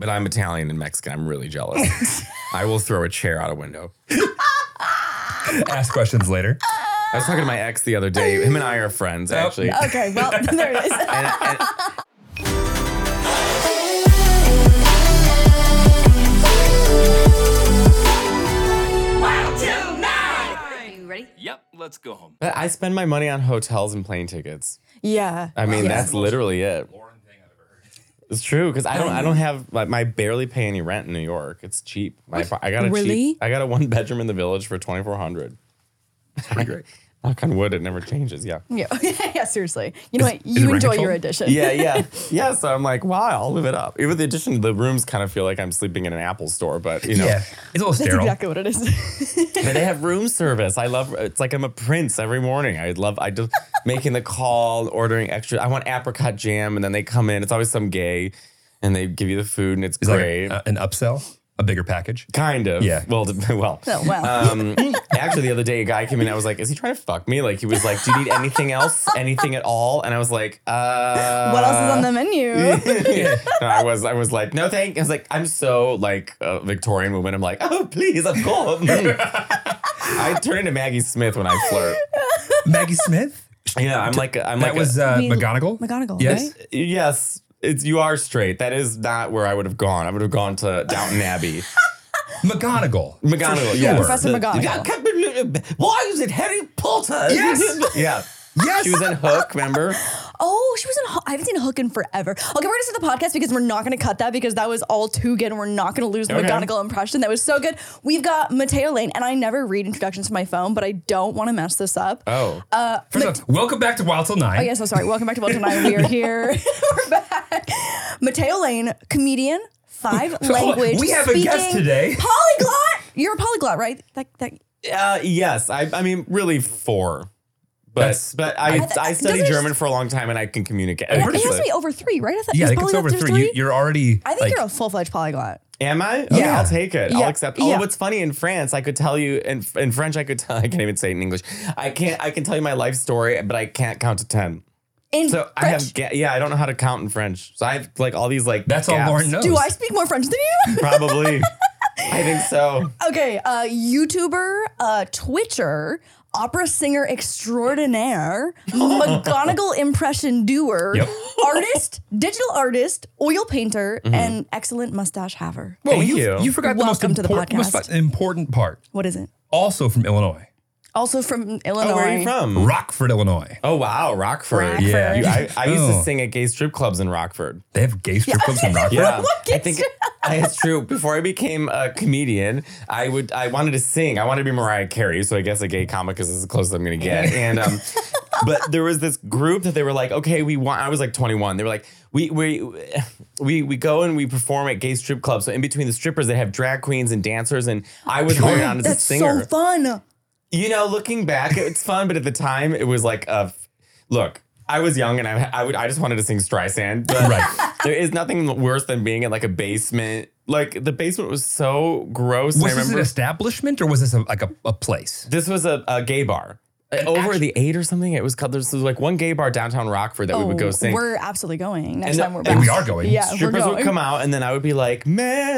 But I'm Italian and Mexican. I'm really jealous. I will throw a chair out a window. Ask questions later. I was talking to my ex the other day. Him and I are friends, actually. Okay, well, there it is. And, and Are you ready? Yep, let's go home. but I spend my money on hotels and plane tickets. Yeah. I mean, Yeah. that's literally it. It's true because I don't. I don't have. Like, I barely pay any rent in New York. It's cheap. My, apar- I got a Really? cheap. I got a one bedroom in the village for twenty four hundred. It's pretty great. Knock on wood, it never changes. Yeah. Yeah. yeah, seriously. You know what? You it enjoy rental? your edition. Yeah, yeah, yeah. So I'm like, wow, I'll live it up. Even the addition, the rooms kind of feel like I'm sleeping in an Apple store, but you know, It's a little That's sterile. exactly what it is. But they have room service. I love. It's like I'm a prince every morning. I love. I just making the call, ordering extra. I want apricot jam, and then they come in. It's always some gay, and they give you the food, and it's It's like great. a- uh, an upsell, a bigger package. kind of. Yeah. Well, d- well. Oh, wow. Um, actually, the other day, a guy came in. I was like, "Is he trying to fuck me?" Like he was like, "Do you need anything else? Anything at all?" And I was like, "Uh." what else is on the menu? No, I was I was like, no thank. I was like, I'm so like a Victorian woman. I'm like, oh please, of course. I Hmm. turn into Maggie Smith when I flirt. Maggie Smith? Yeah, I'm like a- I'm That like a- was uh, mean, McGonagall? McGonagall, Yes. right? yes. It's you are straight. That is not where I would have gone. I would have gone to Downton Abbey. McGonagall. McGonagall, yes. Professor The- McGonagall. Why is it Harry Potter? Yes. yeah. Yes. She was in Hook, remember? Oh, she was in. Ho- I haven't seen Hook in forever. Okay, we're gonna start the podcast because we're not gonna cut that because that was all too good, and we're not gonna lose the Okay. McGonagall impression. That was so good. We've got Mateo Lane, and I never read introductions to my phone, but I don't want to mess this up. Uh. Oh. First off, welcome back to Wild Till Nine. Uh, Oh, yeah, so sorry. Welcome back to Welch and I. We are here. We're back. Mateo Lane, comedian, five language. Oh, we have a guest speaking, today. Polyglot. You're a polyglot, right? That, that, Uh, yes, I, I mean really four, but That's- but I th- I studied doesn't it German for a long time and I can communicate. it has to be over three, right? I thought Yeah, I is think it's polyglot over through three. You, you're already. I think like, you're a full fledged polyglot. Am I? Okay, Yeah. I'll take it. Yeah. I'll accept. Oh, Yeah. what's funny in France? I could tell you in in French. I could tell. I can't even say it in English. I can't. I can tell you my life story, but I can't count to ten. In So I have. ga- Yeah, I don't know how to count in French. So I have like all these like. That's all gaps. Lauren knows. Do I speak more French than you? Probably. I think so. Okay, uh, YouTuber, uh, Twitcher, opera singer extraordinaire, McGonagall impression doer, Yep. artist, digital artist, oil painter, Mm-hmm. and excellent mustache haver. Whoa, Thank you, you. you forgot the most Welcome to the important, podcast. important part. What is it? Also from Illinois. Also from Illinois. Oh, where are you from? Rockford, Illinois. Oh wow, Rockford. Rockford. Yeah. You- I, I used Oh. to sing at gay strip clubs in Rockford. They have gay strip clubs in Rockford. Yeah, What gay I think I- it's true. Before I became a comedian, I would I wanted to sing. I wanted to be Mariah Carey, so I guess a gay comic is as close as I'm gonna get. And um, but there was this group that they were like, okay, we want. I was like 21. They were like, we we we we go and we perform at gay strip clubs. So in between the strippers, they have drag queens and dancers, and I was going on as a That's singer. so fun. You know, looking back, it's fun, but at the time, it was like a look. I was young, and I, I would I just wanted to sing Streisand. But Right. there is nothing worse than being in like a basement. Like the basement was so gross. and I Was this an remember establishment or was this a, like a, a place? this was a, a gay bar Uh, over the eight or something. It was called. There was like one gay bar downtown Rockford that we would go sing. Oh, We're absolutely going next And, time we're and back. we are going. Yeah, we're Strippers going. would come out, and then I would be like,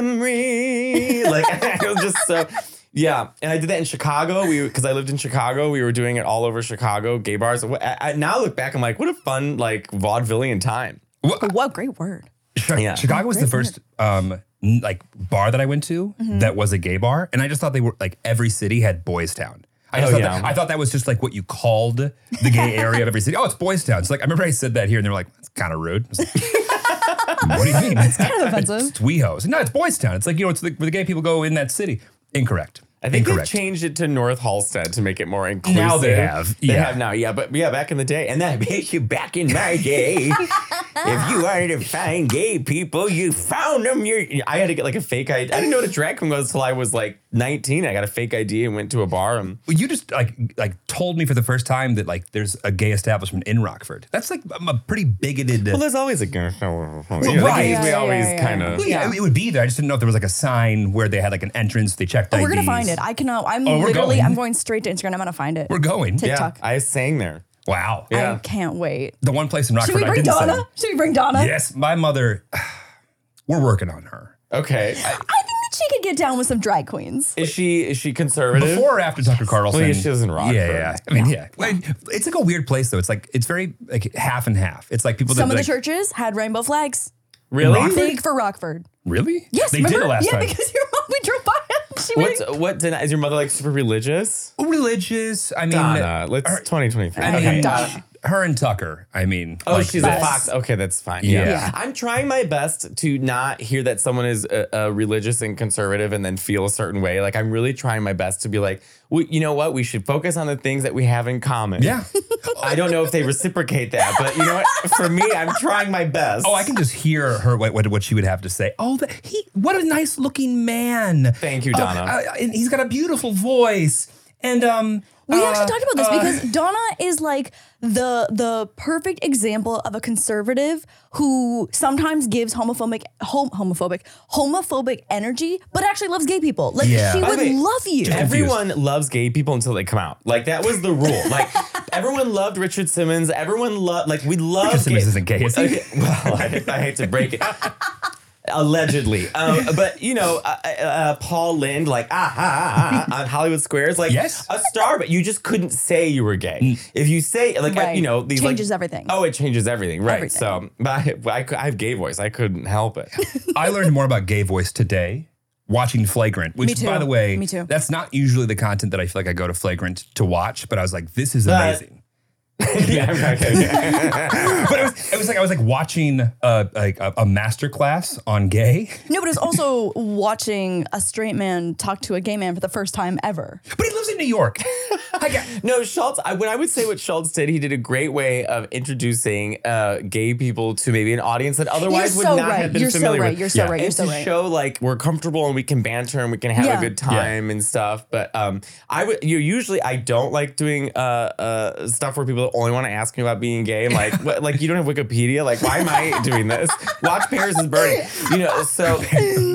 "Memory," like it was just so. Yeah, and I did that in Chicago. We because I lived in Chicago, we were doing it all over Chicago, gay bars. Wh- I, I now look back, I'm like, what a fun like vaudevillian time. Whoa, great word. Chi- Yeah. Chicago was the first um, n- like bar that I went to that was a gay bar, and I just thought they were like every city had Boys Town. I, just Oh, thought yeah. that, I thought that was just like what you called the gay area of every city. Oh, it's Boys Town. It's like I remember I said that here, and they were like, "That's kind of rude." I was like, what do you mean? It's kind of offensive. It's Tweeho. It's like, no, it's Boys Town. It's like you know, it's the, where the gay people go in that city. Incorrect. I think Incorrect. they changed it to North Halstead to make it more inclusive. Now they have, They yeah. have now, yeah. But yeah, back in the day, and that makes you back in my day. if you wanted to find gay people, you found them. You're, I had to get like a fake ID. I didn't know what a drag queen was till I was like 19. I got a fake ID and went to a bar. And Well, you just like like told me for the first time that like there's a gay establishment in Rockford. That's like I'm a pretty bigoted. well, there's always a girl. right. we Yeah, always yeah, yeah. kind of. Well, yeah, Yeah. it would be there. I just didn't know if there was like a sign where they had like an entrance. They checked. Oh, We're gonna IDs. find it. I cannot. I'm Oh, we're literally. going. I'm going straight to Instagram. I'm gonna find it. We're going. Yeah, TikTok. I sang there. Wow. I Yeah. can't wait. The one place in Rockford Should we I bring didn't say. Donna? Should we bring Donna? Yes, my mother. We're working on her. Okay. I- I think that she could get down with some drag queens. is she is she conservative? Before or after Tucker Carlson? Well, yeah, she was in Rockford. Yeah, yeah. I mean, yeah. Like, It's like a weird place though. It's like it's very like half and half. It's like people. Some that, of the like, churches had rainbow flags. really? Rockford? Big for Rockford. Really? Yes, they remember? did it last yeah, time. because your mom we drove by. She What's went. what did I- is your mother like super religious? Religious. Er, I mean, Donna, let's her, 2023. I mean, Okay. Donna. her and Tucker. I mean, Oh, like, she's that's- a fox. Okay, that's fine. Yeah. Yeah. Yeah. I'm trying my best to not hear that someone is uh, uh, religious and conservative and then feel a certain way. Like, I'm really trying my best to be like, well, you know what? We should focus on the things that we have in common. Yeah. I don't know if they reciprocate that, but you know what? For me, I'm trying my best. Oh, I can just hear her what, what what she would have to say. Oh, the, he what a nice looking man. Thank you, Oh, Donna. uh, and he's got a beautiful voice. And um, We uh, actually talked about this uh, because Donna is like the the perfect example of a conservative who sometimes gives homophobic hom- homophobic homophobic energy, but actually loves gay people. Like Yeah. she By would the way, love you. confused. Everyone loves gay people until they come out. Like that was the rule. Like everyone loved Richard Simmons. Everyone loved like we love Richard Simmons isn't gay, is he? Okay, well, I, I hate to break it. Allegedly, um, but you know, uh, uh, uh, Paul Lind, like ah, ah, ah, ah, on Hollywood Squares, like Yes. Mm. a star, but you just couldn't say you were gay. If you say like I- Right. you know these like- Changes everything. Oh, it changes everything, right? Everything. So, but I, but I, cou- I have gay voice. I couldn't help it. I learned more about gay voice today watching Flagrant, which Me too. by the way, Me too. that's not usually the content that I feel like I go to Flagrant to watch, but I was like, this is But- amazing. yeah, I'm not gonna- but it was, it was like I was like watching uh, like a, a master class on gay, No, but it's also watching a straight man talk to a gay man for the first time ever. but he lives in New York. I got, No, Schultz. I, when I would say what Schultz did, he did a great way of introducing uh, gay people to maybe an audience that otherwise so would not right. have been You're so familiar right. with. You're so right. And You're so to right. show like we're comfortable and we can banter and we can have Yeah. a good time and stuff. But um, I would you usually I don't like doing uh, uh stuff where people only want to ask me about being gay. I'm like, what, like you don't have Wikipedia. Like, why am I doing this? Watch Paris is Burning. You know. So,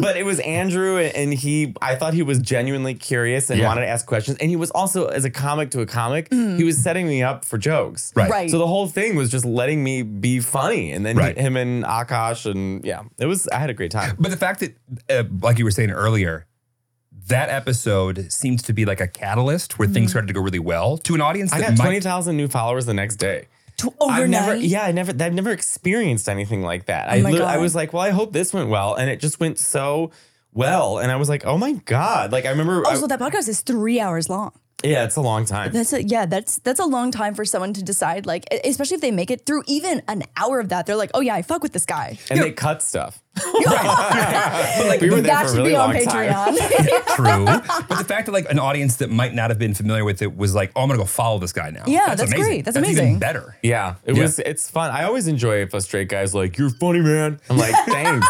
but it was Andrew and, and he. I thought he was genuinely curious and Yeah. wanted to ask questions. And he was also as a comic to a comic, he was setting me up for jokes. Right. Mm. Right. So the whole thing was just letting me be funny, and then Right. him and Akash, and yeah, it was. I had a great time. But the fact that, uh, like you were saying earlier, that episode seems to be like a catalyst where Mm-hmm. things started to go really well to an audience I that got might. twenty thousand new followers the next day. To I've overnight. Oh never, yeah, I never, I've never experienced anything like that. I, my lit- I God. was like, well, I hope this went well, and it just went so well, and I was like, oh my god, like I remember. I- Also, that podcast is three hours long. Yeah, it's a long time. That's a yeah. That's that's a long time for someone to decide. Like, e- especially if they make it through even an hour of that, they're like, "Oh yeah, I fuck with this guy." And they cut stuff. Like, were there that for a should really be on long time. Patreon. True. But the fact that like an audience that might not have been familiar with it was like, oh, I'm gonna go follow this guy now. Yeah, that's great. That's even amazing. better. Yeah, it Yeah. was. It's fun. I always enjoy if a straight guy's like, "You're funny, man." I'm like, "Thanks."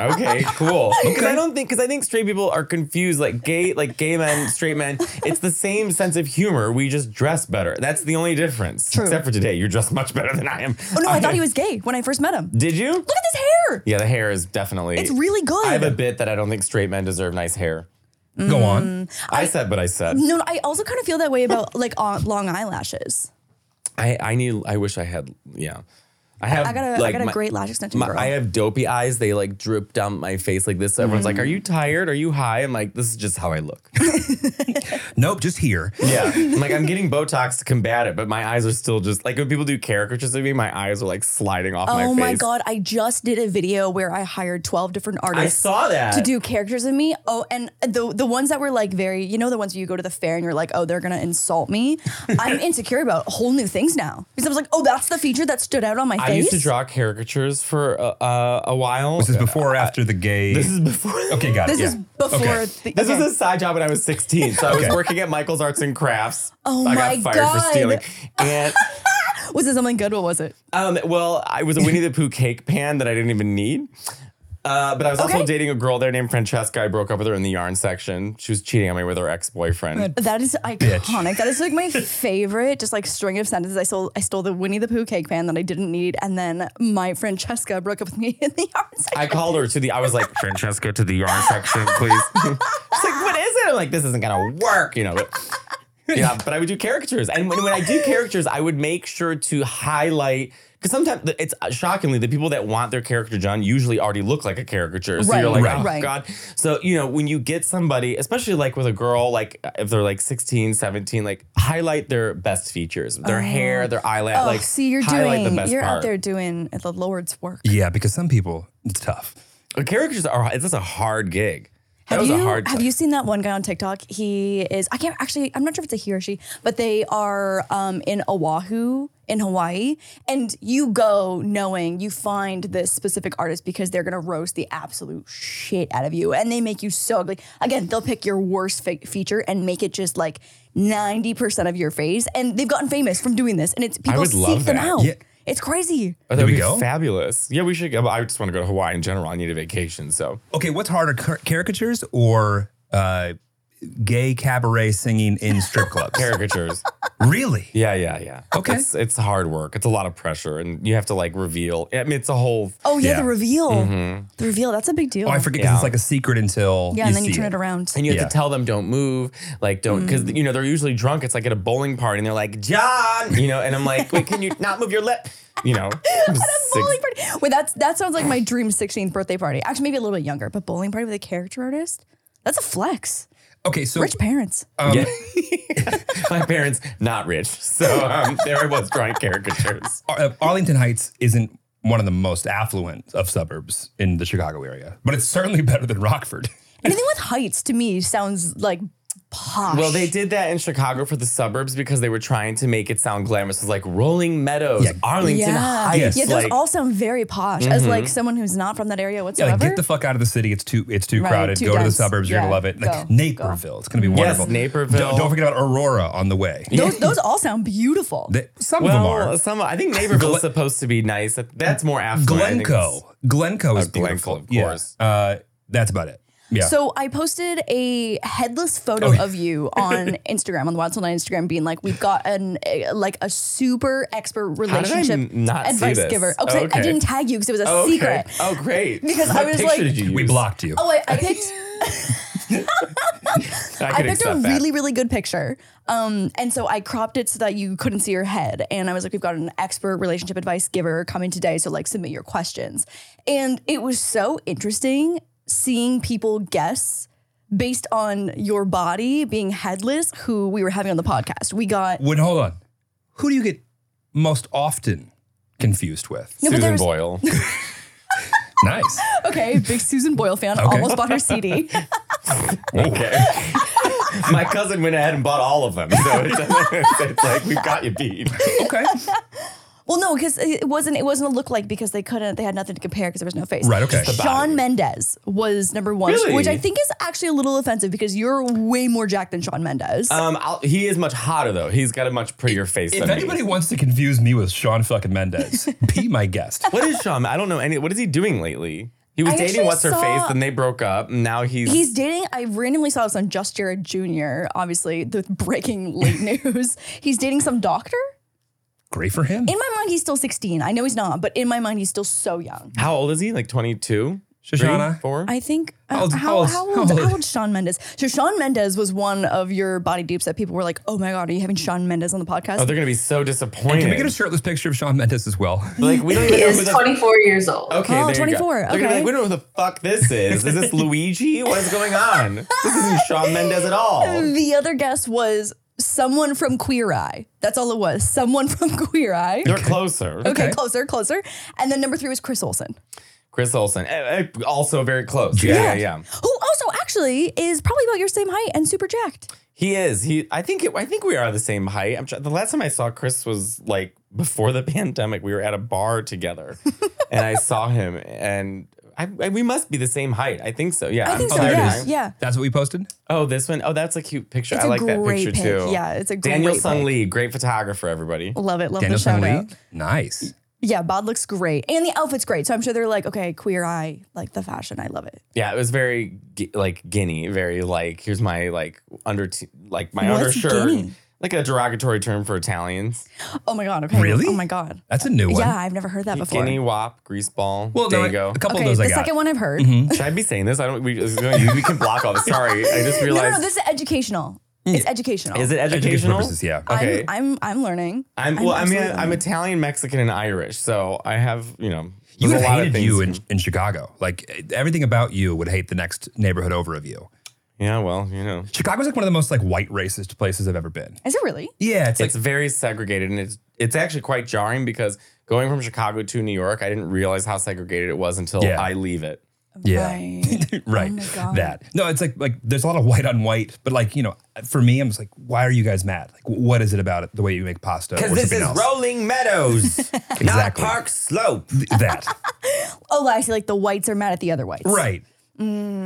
okay, cool. Because I don't think because I think straight people are confused. Like gay, like gay men, straight men. It's the same sense of humor. We just dress better. That's the only difference. Except for today, you're dressed much better than I am. oh no, I thought he was gay when I first met him. Look Did you? at this hair. Yeah, the hair is definitely. It's really good. I have a bit that I don't think straight men deserve nice hair. Go on. Mm. I, said what I said. No, no, I also kind of feel that way about like on, long eyelashes. I I need. I wish I had. Yeah. I have. I got a I like, got a my- great lash extension My, girl. I have dopey eyes. They like drip down my face like this. Everyone's like, "Are you tired? Are you high?" I'm like, "This is just how I look." Nope, just here. yeah, I'm like I'm getting Botox to combat it, but my eyes are still just like when people do caricatures of me, my eyes are like sliding off my face. oh my god, I just did a video where I hired 12 different I artists saw that. to do characters of me. Oh, and the the ones that were like very, you know, the ones where you go to the fair and you're like, oh, they're gonna insult me. I'm insecure about whole new things now because I was like, oh, that's the feature that stood out on my I face. used to draw caricatures for uh, uh, a while. This is before or after the gay. This is before. okay, got it. this is yeah. before. Okay. The, This okay. was a side job when I was 16. So I was Okay. working at Michael's Arts and Crafts. Oh I my got fired for stealing. And was it something good? What was it? Um, well, I was a Winnie the Pooh cake pan that I didn't even need. Uh, but I was also Okay. dating a girl there named Francesca. I broke up with her in the yarn section. She was cheating on me with her ex boyfriend. That is iconic. That is like my favorite, just like string of sentences. I stole, I stole the Winnie the Pooh cake pan that I didn't need, and then my Francesca broke up with me in the yard. section. I called her to the. I was like, Francesca to the yarn section, please. She's like, what is it? I'm like, this isn't gonna work, you know. But, yeah, but I would do caricatures, and when, when I do caricatures, I would make sure to highlight because sometimes the- it's uh, shockingly the people that want their character done usually already look like a caricature. So you're Right, like, right, oh right. god. So you know when you get somebody, especially like with a girl, like uh, if they're like 16, 17, like highlight their best features, their hair, their eyelash. Oh, like see, you're highlight doing, the best you're part. out there doing the Lord's work. yeah, because some people it's tough. But Caricatures are it's just a hard gig. that Have was you a hard. have you seen that one guy on TikTok? He is I can't actually I'm not sure if it's a he or she, but they are um, in Oahu in Hawaii, and you go knowing you find this specific artist because they're gonna roast the absolute shit out of you, and they make you so ugly. Again, they'll pick your worst fe- feature and make it just like ninety percent of your face, and they've gotten famous from doing this, and it's people would seek love them that. out. Yeah. It's crazy. Oh, that Did would we be go? fabulous. Yeah, we should go. I just want to go to Hawaii in general. I need a vacation. So Okay, what's harder, car- caricatures or uh, gay cabaret singing in strip clubs? caricatures. really? yeah, yeah, yeah. Okay. It's, it's hard work. It's a lot of pressure, and you have to like reveal. I mean, it's a whole. Oh yeah, Yeah. the reveal, the reveal. That's a big deal. Oh, I forget because Yeah. it's like a secret until yeah, and then you see turn it, around. And you have Yeah. to tell them don't move, like don't, because you know they're usually drunk. It's like at a bowling party, and they're like John, you know, and I'm like, wait, can you not move your lip? You know, I'm six- bowling party. Wait, that's that sounds like my dream 16th birthday party. Actually, maybe a little bit younger, but bowling party with a character artist? That's a flex. Okay, so um, Rich parents. Uh, Yeah. my parents not rich, so um, there I was drawing caricatures. Ar- uh, Arlington Heights isn't one of the most affluent of suburbs in the Chicago area, but it's certainly better than Rockford. Anything with heights to me sounds like posh. Well, they did that in Chicago for the suburbs because they were trying to make it sound glamorous. It was like Rolling Meadows, Yeah. Arlington Yeah. Heights. yeah, those like, all sound very posh. As like someone who's not from that area Yeah, whatsoever. like, get the fuck out of the city. It's too it's too Right, crowded. too Go to the dense. suburbs. You're gonna Yeah, love it. Like go, go. Naperville. It's gonna be Yes, wonderful. Naperville. Don't, don't forget about Aurora on the way. those, those all sound beautiful. They- some well, of them are. some I think Naperville is supposed to be nice. That's more affluent. I think it's- Glencoe. Glencoe is Oh, Glencoe, beautiful. of Yeah. course. Uh, that's about it. Yeah. So I posted a headless photo of you on Instagram on the Wild Till Night Instagram, being like, "We've got an a, like a super expert did I relationship n- not see advice this? giver." Oh, 'cause I- I, Okay. didn't tag you because it was a Oh, okay. secret. Oh, great. Because I What was picture like- did you we use? blocked you. Oh, I, I picked. I, I could picked a accept that. really, really good picture. Um, and so I cropped it so that you couldn't see your head. And I was like, we've got an expert relationship advice giver coming today. So like submit your questions. And it was so interesting seeing people guess based on your body being headless, who we were having on the podcast. We got when hold on, who do you get most often confused with? No, but Susan there was- Boyle. nice. okay, big Susan Boyle fan, almost bought her CD. okay. My cousin went ahead and bought all of them. So it doesn't- it's like, we've got you beat. Okay. Well, no, because it wasn't. It wasn't a look like because they couldn't. They had nothing to compare because there was no face. Right, okay. Just the Sean Mendez was number one, Really? which I think is actually a little offensive because you're way more Jack than Sean Mendez. Um, I'll, he is much hotter, though. He's got a much prettier face If than me. anybody wants to confuse me with Sean fucking Mendez, be my guest. What is Sean? I don't know any. What is he doing lately? He was I dating actually what's her face, saw- then they broke up, and now he's. He's dating. I randomly saw this on Just Jared Jr. Obviously, the breaking late news. He's dating some doctor. Great for him. In my mind, he's still 16. I know he's not, but in my mind, he's still so young. how old is he? Like 22? Shoshana? Three? Four? I think uh, How old's- how how, old's- how how old old- how old is Sean Mendes? So Sean Mendes was one of your body dupes that people were like, "Oh my god, are you having Sean Mendes on the podcast?" oh, they're going to be so disappointed. Can we get a shirtless picture of Sean Mendes as well? Like, we don't even He know who is the. 24 years old. Okay, Oh, there 24, You go. They're gonna be okay. Like, we don't know who the fuck this is. Is this Luigi? What is going on? This isn't Sean Mendes at all. The other guess was someone from Queer Eye. That's all it was. Someone from Queer Eye. They're closer. Okay, Okay. closer, closer. And then number three was Chris Olsen, Chris Olsen, eh, eh, also very close. Yeah, yeah, yeah. who also actually is probably about your same height and super jacked. He is. He. I think. It, I think we are the same height. I'm try- the last time I saw Chris was like before the pandemic. We were at a bar together, and I saw him, and I, I- we must be the same height. I think so. Yeah. I think I'm- so. oh, there yeah, it is. yeah. That's what we posted? Oh, this one. Oh, that's a cute picture. It's I a like that great picture pick. too. Yeah, it's a Daniel great Oh. Sung pick. Lee, great photographer. Everybody. Love it. Love Daniel the shout Sung Lee? out. Nice. Yeah, bod looks great, and the outfit's great. So I'm sure they're like, okay, Queer Eye, like the fashion. I love it. Yeah, it was very gu- like guinea, very like here's my like under t- like my What's undershirt, guinea? like a derogatory term for Italians. Oh my god. Okay. Really? Oh my god. That's a new one. Yeah, I've never heard that before. Guinea, wop, greaseball, Well, no, dago. a couple okay, of those the I got. Mm-hmm. second one I've heard. Should I be saying this? I don't. We, this is gonna- we can block all this. Sorry, I just No, no, realized. no. This is educational. It's educational. is it educational? purposes, Oh, yeah. Okay. I'm, I'm, I'm I'm learning. well. I mean, absolutely I'm learning. Italian, Mexican, and Irish, so I have you know. You there's would a have lot of hated things- you in, in Chicago. Like everything about you would hate the next neighborhood over of you. yeah, well, you know, Chicago's like one of the most like white racist places I've ever been. Is it really? Yeah, it's, it's very segregated, and it's it's actually quite jarring because going from Chicago to New York, I didn't realize how segregated it was until Yeah. I leave it. Yeah. Right. like right Oh my God. that. No, it's like like there's a lot of white on white, but like you know, for me, I'm just like, why are you guys mad? Like, wh- what is it about it, the way you make pasta? Because or this something is else? Rolling Meadows, not Exactly. Park Slope. that oh, I see. Like the whites are mad at the other whites. right.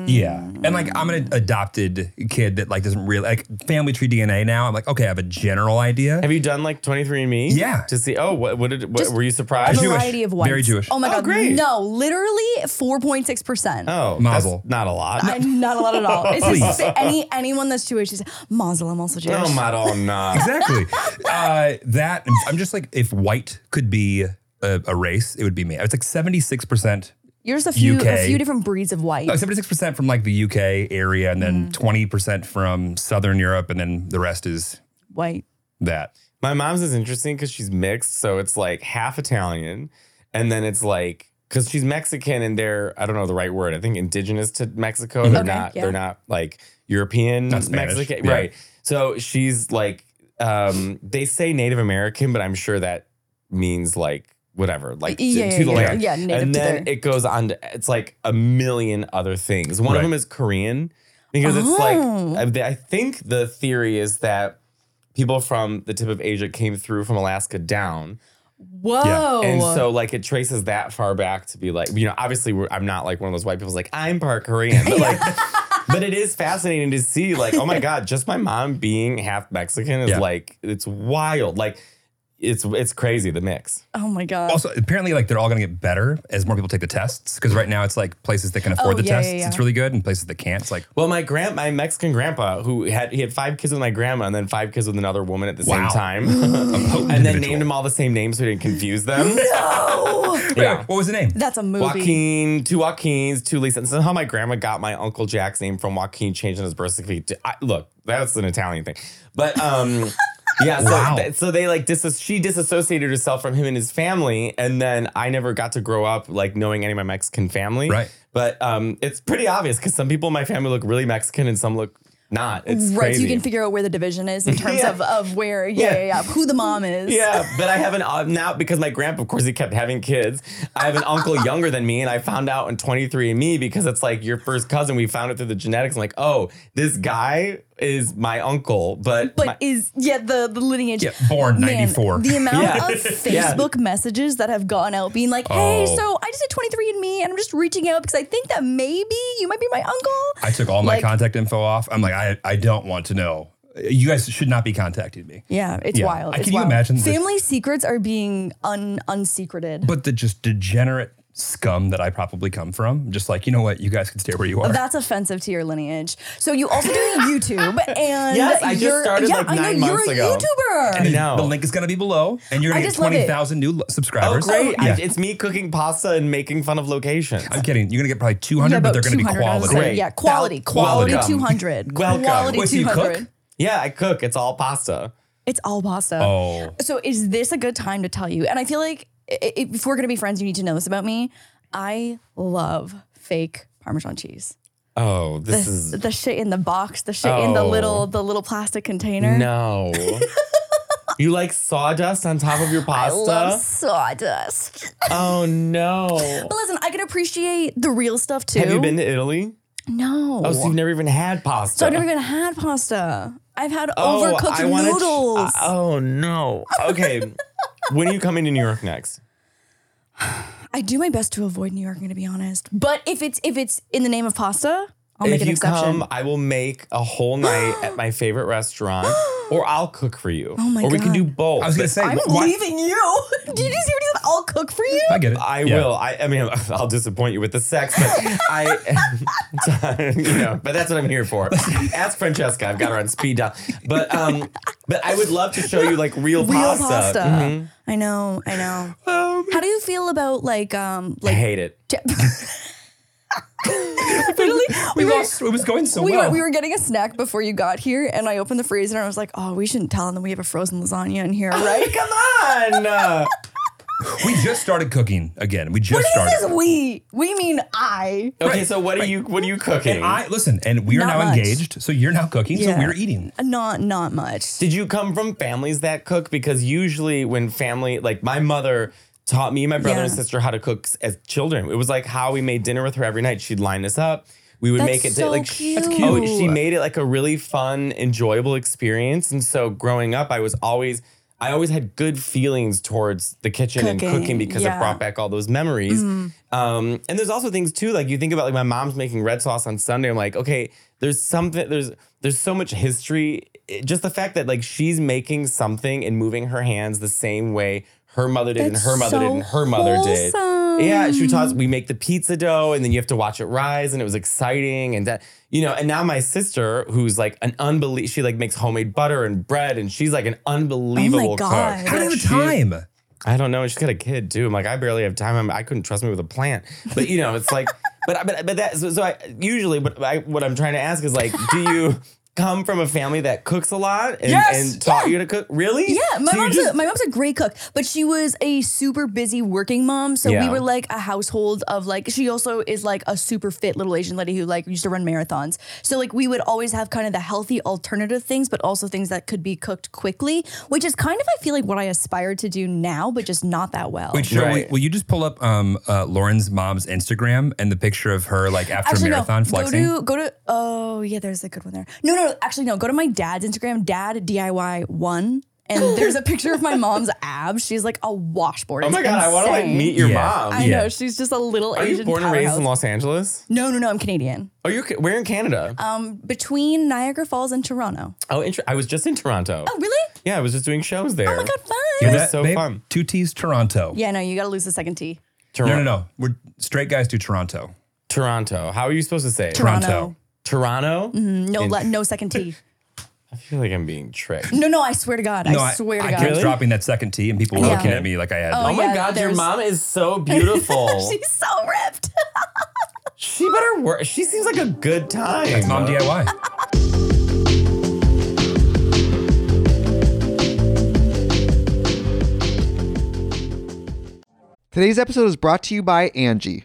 Yeah, and like I'm an adopted kid that like doesn't really like family tree DNA. Now I'm like, okay, I have a general idea. Have you done like 23andMe? Yeah. To see, oh, what, what did, what, Just were you A surprised? Jewish. variety of whites. Very Jewish. Oh my Oh, god. great. No, literally four point six percent. Oh, Mazel. that's not a lot. I'm not a lot at all. It's just Please. any anyone that's Jewish is Muslim also Jewish. No, Madonna. exactly. Uh, that I'm just like, if white could be a, a race, it would be me. It's like 76 percent, You're just a few a UK. few different breeds of Oh, white. 76 percent from like the UK area, and Mm. then 20 percent from Southern Europe, and then the rest is White. that. My mom's is interesting because she's mixed, so it's like half Italian, and then it's like because she's Mexican and they're I don't know the right word. I think indigenous to Mexico. They're Mm-hmm. Okay, not. yeah. They're not like European Not Spanish, Mexican, yeah. right? So she's like, um, they say Native American, but I'm sure that means like whatever, like to, Yeah, to yeah, the yeah. land. Yeah, native and to then their- it goes on to it's like a million other things. One of Right. them is Korean because it's Oh. like I I think the theory is that people from the tip of Asia came through from Alaska down. Whoa. And Oh. so, like, it traces that far back to be like, you know, obviously, we're, I'm not like one of those white people's like, I'm part Korean, but like, but it is fascinating to see, like, oh my God, just my mom being half Mexican is Yeah. like, it's wild. Like, it's it's crazy the mix. oh my god. Also, apparently, like they're all going to get better as more people take the tests. Because right now, it's like places that can afford Oh, the yeah, yeah, tests, yeah. it's really good, and places that can't, it's like Well, my grand, my Mexican grandpa, who had he had five kids with my grandma and then five kids with another woman at the same Wow. time, and then individual. named them all the same name so he didn't confuse them. yeah. What was the name? that's a movie. Joaquin, two Joaquins, two Lisa. And somehow my grandma got my uncle Jack's name from Joaquin, changing his birth certificate. To, I, look, that's an Italian thing. But um, yeah, so, Wow. th- so they like dis- she disassociated herself from him and his family, and then I never got to grow up like knowing any of my Mexican family. Right. But um, it's pretty obvious because some people in my family look really Mexican and some look not. It's right. So crazy. you can figure out where the division is in terms Yeah. of, of where yeah, Yeah. yeah, yeah, who the mom is. Yeah, but I have an uh, now because my grandpa, of course, he kept having kids. I have an uncle younger than me, and I found out in 23andMe because it's like your first cousin. We found it through the genetics. I'm like, oh, this guy is my uncle, but, But my- is yeah the the lineage. Yeah, born Man, 94. The amount Yeah. of Yeah. Facebook messages that have gone out being like, "Hey, Oh. so I just did 23andMe, and I'm just reaching out because I think that maybe you might be my uncle." I took all my Like- contact info off. I'm like, I, I don't want to know. You guys should not be contacting me. Yeah, it's Yeah. wild. I- It's can you wild. imagine the- Family secrets are being un unsecreted. But the just degenerate scum that I probably come from, just like, you know what? You guys can stay where you are. That's offensive to your lineage. So you also do YouTube, and Yes, I just you're- started, yeah, like, I know, nine months you're a ago. YouTuber. I know. The link is going to be below, and you're I going to get just love it. 20,000 new lo- oh, subscribers. great. I- Yeah. it's me cooking pasta and making fun of locations. I'm kidding. You're going to get probably 200, but they're going to be 200, I was quality. like, Great. Yeah, quality, quality, Welcome. two hundred, Welcome. quality Wait, so two you cook? hundred. yeah, I cook. It's all pasta. It's all pasta. Oh. So is this a good time to tell you? And I feel like i- i- if we're gonna be friends, you need to know this about me. I love fake Parmesan cheese. Oh, this The, is the shit in the box, the shit in the Oh. little the little plastic container. no. you like sawdust on top of your I pasta? love sawdust. oh no. But listen, I can appreciate the real stuff too. Have you been to Italy? No. Oh, so you've never even had pasta. so I've never even had pasta. I've had Oh, overcooked I wanna ch- noodles. I- oh no. Okay. when are you coming to New York next? I do my best to avoid New York. I'm gonna be honest. But if it's if it's in the name of pasta, I'll make if an you exception. come, I will make a whole night at my favorite restaurant, or I'll cook for you. Oh my or we can God. do both. I was going but to say, I'm why- leaving you. Did you see what he said? I'll cook for you. I get it. I Yeah. will. I, I mean, I'll disappoint you with the sex, but I, you know, but that's what I'm here for. Ask Francesca. I've got her on speed dial. But um, but I would love to show you like real, Real pasta. pasta. Mhm. Mm-hmm. I know. I know. Oh, How do you feel about like um I like hate it. Literally, We, were- lost. It was going so we well. were, we were getting a snack before you got here, and I opened the freezer and I was like, "Oh, we shouldn't tell them we have a frozen lasagna in here, right?" Come on. Uh, We just started cooking again. We just what started. is this? We we mean I. okay, so what are you what are you cooking? And I listen, and we are Not now much. engaged. So you're now cooking. Yeah. So we're eating. Not not much. Did you come from families that cook? Because usually, when family, like my mother taught me and my brother and Yeah. sister how to cook s- as children. It was like how we made dinner with her every night. She'd line us up. We would That's make it so like That's cute. Oh, she made it like a really fun, enjoyable experience. And so growing up, I was always I always had good feelings towards the kitchen and Cooking, cooking because yeah. Mm-hmm. it brought back all those memories. Um, and there's also things too, like you think about like my mom's making red sauce on Sunday. I'm like, okay, there's something, there's there's so much history. It- just the fact that like she's making something and moving her hands the same way her mother did That's and her mother did so and her mother wholesome. did. Yeah, she taught us we make the pizza dough and then you have to watch it rise and it was exciting and that you know and now my sister who's like an unbelievable she like makes homemade butter and bread and she's like an unbelievable Oh God. cook. How do you have She- time? I don't know. She's got a kid too. I'm like, I barely have time. I'm, I couldn't trust me with a plant. But you know, it's like, but but but that. So, so I usually what I what I'm trying to ask is like, do you come from a family that cooks a lot and, Yes, and taught yeah. you to cook? Really? Yeah, my So you mom's just- a, my mom's a great cook, but she was a super busy working mom. So we Yeah. were like a household of like she also is like a super fit little Asian lady who like used to run marathons. So like we would always have kind of the healthy alternative things, but also things that could be cooked quickly, which is kind of I feel like what I aspire to do now, but just not that well. Wait, Cheryl, Right. will- will you just pull up um, uh, Lauren's mom's Instagram and the picture of her like after a marathon flexing? Go to go to oh yeah, there's a good one there. No, no, no, actually no. Go to my dad's Instagram, dad DIY one, and there's a picture of my mom's abs. She's like a washboard. Oh my god! I want to like meet your Yeah. mom. I Yeah. know she's just a little Are Asian. you born and raised in powerhouse. Los Angeles? No, no, no. I'm Canadian. Oh, you're ca- where in Canada? Um, between Niagara Falls and Toronto. oh, inter- I was just in Toronto. Oh, really? Yeah, I was just doing shows there. Oh my god, fun. Hear It was that, so babe? fun. Two T's Toronto. Yeah, no, you gotta lose the second T. Tor- No, no, no. We're straight guys do Toronto. Toronto. How are you supposed to say it? Toronto. Toronto? Mm, No, le- no second T. I feel like I'm being tricked. No, no, I swear to God, No, I swear to I God. kept Really? dropping that second T, and people were Yeah. looking at me like I had. Oh, Oh my yeah, god, your there's- mom is so beautiful. She's so ripped. She better work. She seems like a good time. Mom DIY. Today's episode is brought to you by Angie.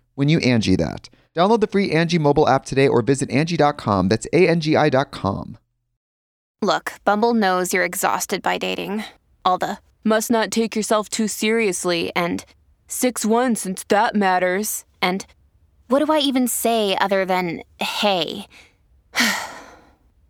when you Angie that. Download the free Angie mobile app today or visit Angie.com. That's A-N-G-I dot com. Look, Bumble knows you're exhausted by dating. All the must not take yourself too seriously and 6 1 since that matters. And what do I even say other than hey?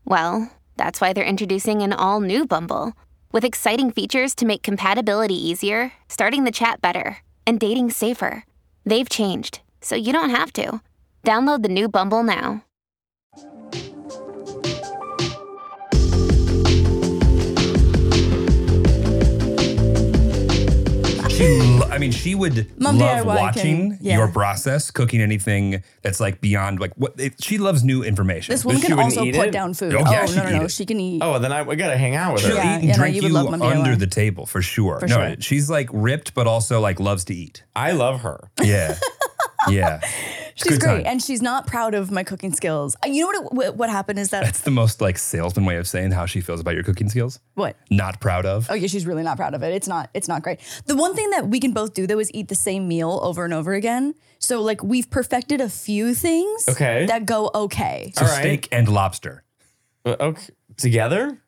well, that's why they're introducing an all new Bumble with exciting features to make compatibility easier, starting the chat better, and dating safer. They've changed, so you don't have to. Download the new Bumble now. She, lo- I mean, she would Mom love DIY watching can- yeah. your process, cooking anything that's like beyond like what it, she loves new information. This woman she can wouldn't also eat put it? down food. Oh, yeah, she'd no, no, eat no. it. She can eat. Oh, then I we gotta hang out with She'll her. Yeah, eat and yeah, no, drink you you, would love Mom DIY. under the table for sure. For no, sure. she's like ripped, but also like loves to eat. I love her. Yeah, yeah. she's good great, time. and she's not proud of my cooking skills. Uh, You know what? What, what happened is that That's the most like salesman way of saying how she feels about your cooking skills. what? Not proud of. Oh yeah, she's really not proud of it. It's not. It's not great. The one thing that we can both do though is eat the same meal over and over again. So like we've perfected a few things. Okay. That go okay. So all right. steak and lobster. Uh, Okay. Together?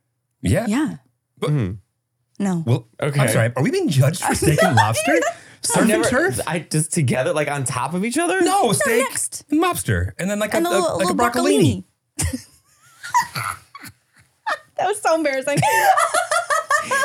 Yeah. Yeah. No. Well, Okay. I'm sorry. Are we being judged for steak and lobster? Surf and turf? I just together, like on top of each other? No, steak next. and lobster, and then like and a, a, a- little, like a little broccolini. broccolini. that was so embarrassing.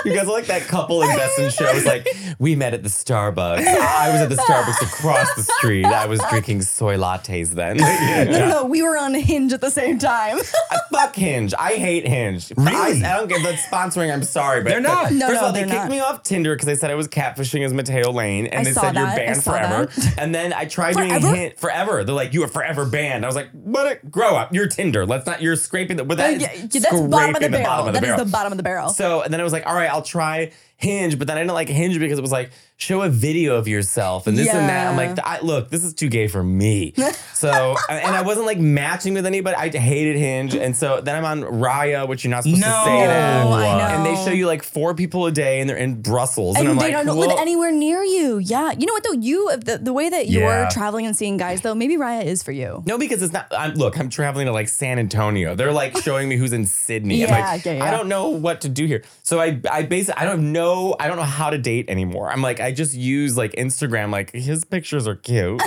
You guys are like that couple in Best in Show. It's like, we met at the Starbucks. I was at the Starbucks across the street. I was drinking soy lattes then. no, no, no. We were on Hinge at the same time. I fuck Hinge. I hate Hinge. Really? I, I don't get the sponsoring. I'm sorry, but They're not. No, first no, of all, they they're kicked not. me off Tinder because they said I was catfishing as Mateo Lane, and I they saw said that. you're I banned saw forever. that. And then I tried Forever? doing Hint forever. They're like, you are forever banned. I was like, what? Grow up. You're Tinder. Let's not. You're scraping the. But that is Oh, Yeah, that's bottom of the scraping barrel. bottom of the that is barrel. the bottom of the barrel. So and then I was like, all right, I'll try Hinge, but then I didn't like Hinge because it was like show a video of yourself and this and that. I'm Yeah. like, I, look, this is too gay for me. so and I wasn't like matching with anybody. I hated Hinge, and so then I'm on Raya, which you're not supposed No. to say that. No, Oh, I And they know. show you like four people a day, and they're in Brussels, and, and I'm they like, don't well, live anywhere near you. Yeah. You know what though? You uh, the, the way that you're Yeah. traveling and seeing guys though, maybe Raya is for you. No, because it's not. I'm, look, I'm traveling to like San Antonio. They're like showing me who's in Sydney. I'm Yeah, like, yeah, yeah. I don't know what to do here. So I, I basically, I don't know, I don't know how to date anymore. I'm like, I just use like Instagram. Like his pictures are cute,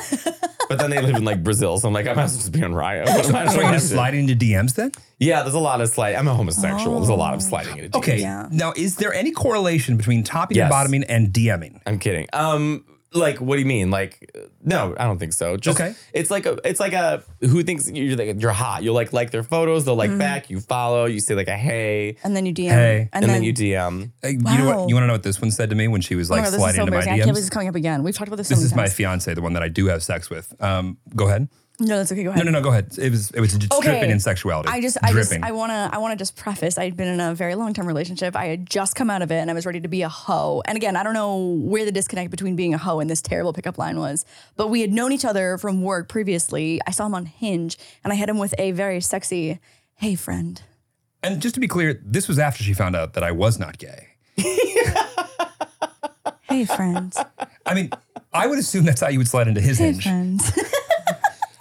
but then they live in like Brazil, so I'm like, I might as well just be on Rio. I don't know So what are you I'm just doing. sliding into DMs then? Yeah, there's a lot of slide. I'm a homosexual. There's a lot Oh. of sliding into. Okay. DMs. Now, is there any correlation between topping and Yes. bottoming and DMing? I'm kidding. Um, like, what do you mean? Like, uh, no, I don't think so. Just, Okay. It's like a, it's like a who thinks you're like, you're hot. You'll like like their photos. They'll like back. You follow. You say like a hey, Mm-hmm. And then you DM. Hey. and, then, you DM. Hey, Uh, You know Wow. what? You want to know what this one said to me when she was Oh like my God, this is sliding so into my embarrassing. I can't DMs? believe this is coming up again. We've talked about this. so this many is my times. fiance, the one that I do have sex with. Um, go ahead. No, that's okay. Go No, ahead. no, no. Go ahead. It was it was just Okay. dripping in sexuality. I just, I dripping. just, I wanna, I wanna just preface. I'd been in a very long term relationship. I had just come out of it, and I was ready to be a hoe. And again, I don't know where the disconnect between being a hoe and this terrible pickup line was. But we had known each other from work previously. I saw him on Hinge, and I hit him with a very sexy, "Hey, friend." and just to be clear, this was after she found out that I was not gay. Hey, friend. I mean, I would assume that's how you would slide into his hey, hinge. friend.